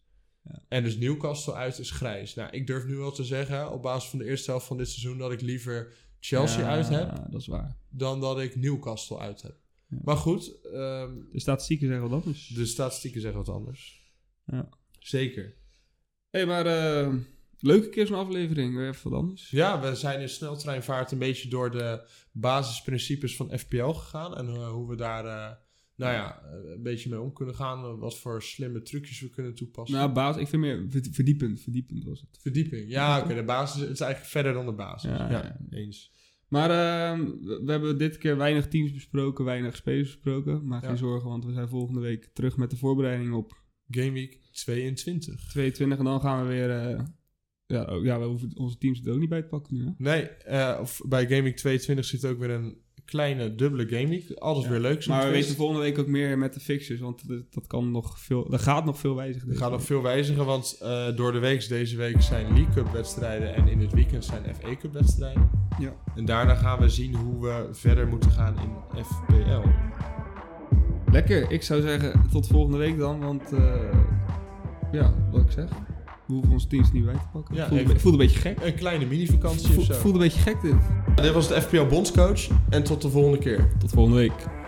Speaker 1: En dus Newcastle uit is grijs. Nou, ik durf nu wel te zeggen, op basis van de eerste helft van dit seizoen, dat ik liever Chelsea
Speaker 2: Ja,
Speaker 1: uit heb
Speaker 2: dat is waar.
Speaker 1: dan dat ik Newcastle uit heb.
Speaker 2: Ja.
Speaker 1: Maar goed, ehm,
Speaker 2: De statistieken zeggen wel dat dus.
Speaker 1: de statistieken zeggen wat anders.
Speaker 2: Ja.
Speaker 1: Zeker.
Speaker 2: Hé, hey, maar eh, leuke keer zo'n aflevering. Weer even wat anders.
Speaker 1: Ja, we zijn in sneltreinvaart een beetje door de basisprincipes van FPL gegaan. En eh, hoe we daar eh, nou ja, eh, een beetje mee om kunnen gaan. eh, Wat voor slimme trucjes we kunnen toepassen.
Speaker 2: Nou, baas, ik vind meer verd- verdiepend. Verdiepend was het.
Speaker 1: Verdieping. Ja, oké. de basis het is eigenlijk verder dan de basis.
Speaker 2: Ja,
Speaker 1: Ja,
Speaker 2: ja.
Speaker 1: eens.
Speaker 2: Maar eh, we we hebben dit keer weinig teams besproken, weinig spelers besproken. Maar
Speaker 1: Ja.
Speaker 2: geen zorgen, want we zijn volgende week terug met de voorbereiding op
Speaker 1: Gameweek 22.
Speaker 2: 22. En dan gaan we weer... eh, ja, ook- ja, we hoeven onze teams er ook niet bij te pakken nu, hè?
Speaker 1: Nee, eh, of bij Gameweek 22 zit ook weer een kleine dubbele Gameweek. Alles
Speaker 2: Ja,
Speaker 1: weer leuk. zo'n
Speaker 2: Maar we
Speaker 1: twist.
Speaker 2: weten volgende week ook meer met de fixtures, want dat, dat kan nog veel... Er gaat nog veel wijzigen.
Speaker 1: Er
Speaker 2: deze
Speaker 1: gaan nog
Speaker 2: week.
Speaker 1: veel wijzigen, want eh, door de week deze week zijn League Cup wedstrijden en in het weekend zijn FA Cup wedstrijden.
Speaker 2: Ja.
Speaker 1: En daarna gaan we zien hoe we verder moeten gaan in FPL.
Speaker 2: Lekker. Ik zou zeggen tot volgende week dan, want eh, ja, wat ik zeg. We hoeven onze teams niet bij te pakken.
Speaker 1: Ja,
Speaker 2: voelt, een
Speaker 1: even-
Speaker 2: be- voelt een beetje gek.
Speaker 1: Een kleine mini-vakantie of
Speaker 2: Voelt,
Speaker 1: zo.
Speaker 2: voelt een beetje gek dit.
Speaker 1: Dit was de FPL Bondscoach en tot de volgende keer.
Speaker 2: Tot volgende week.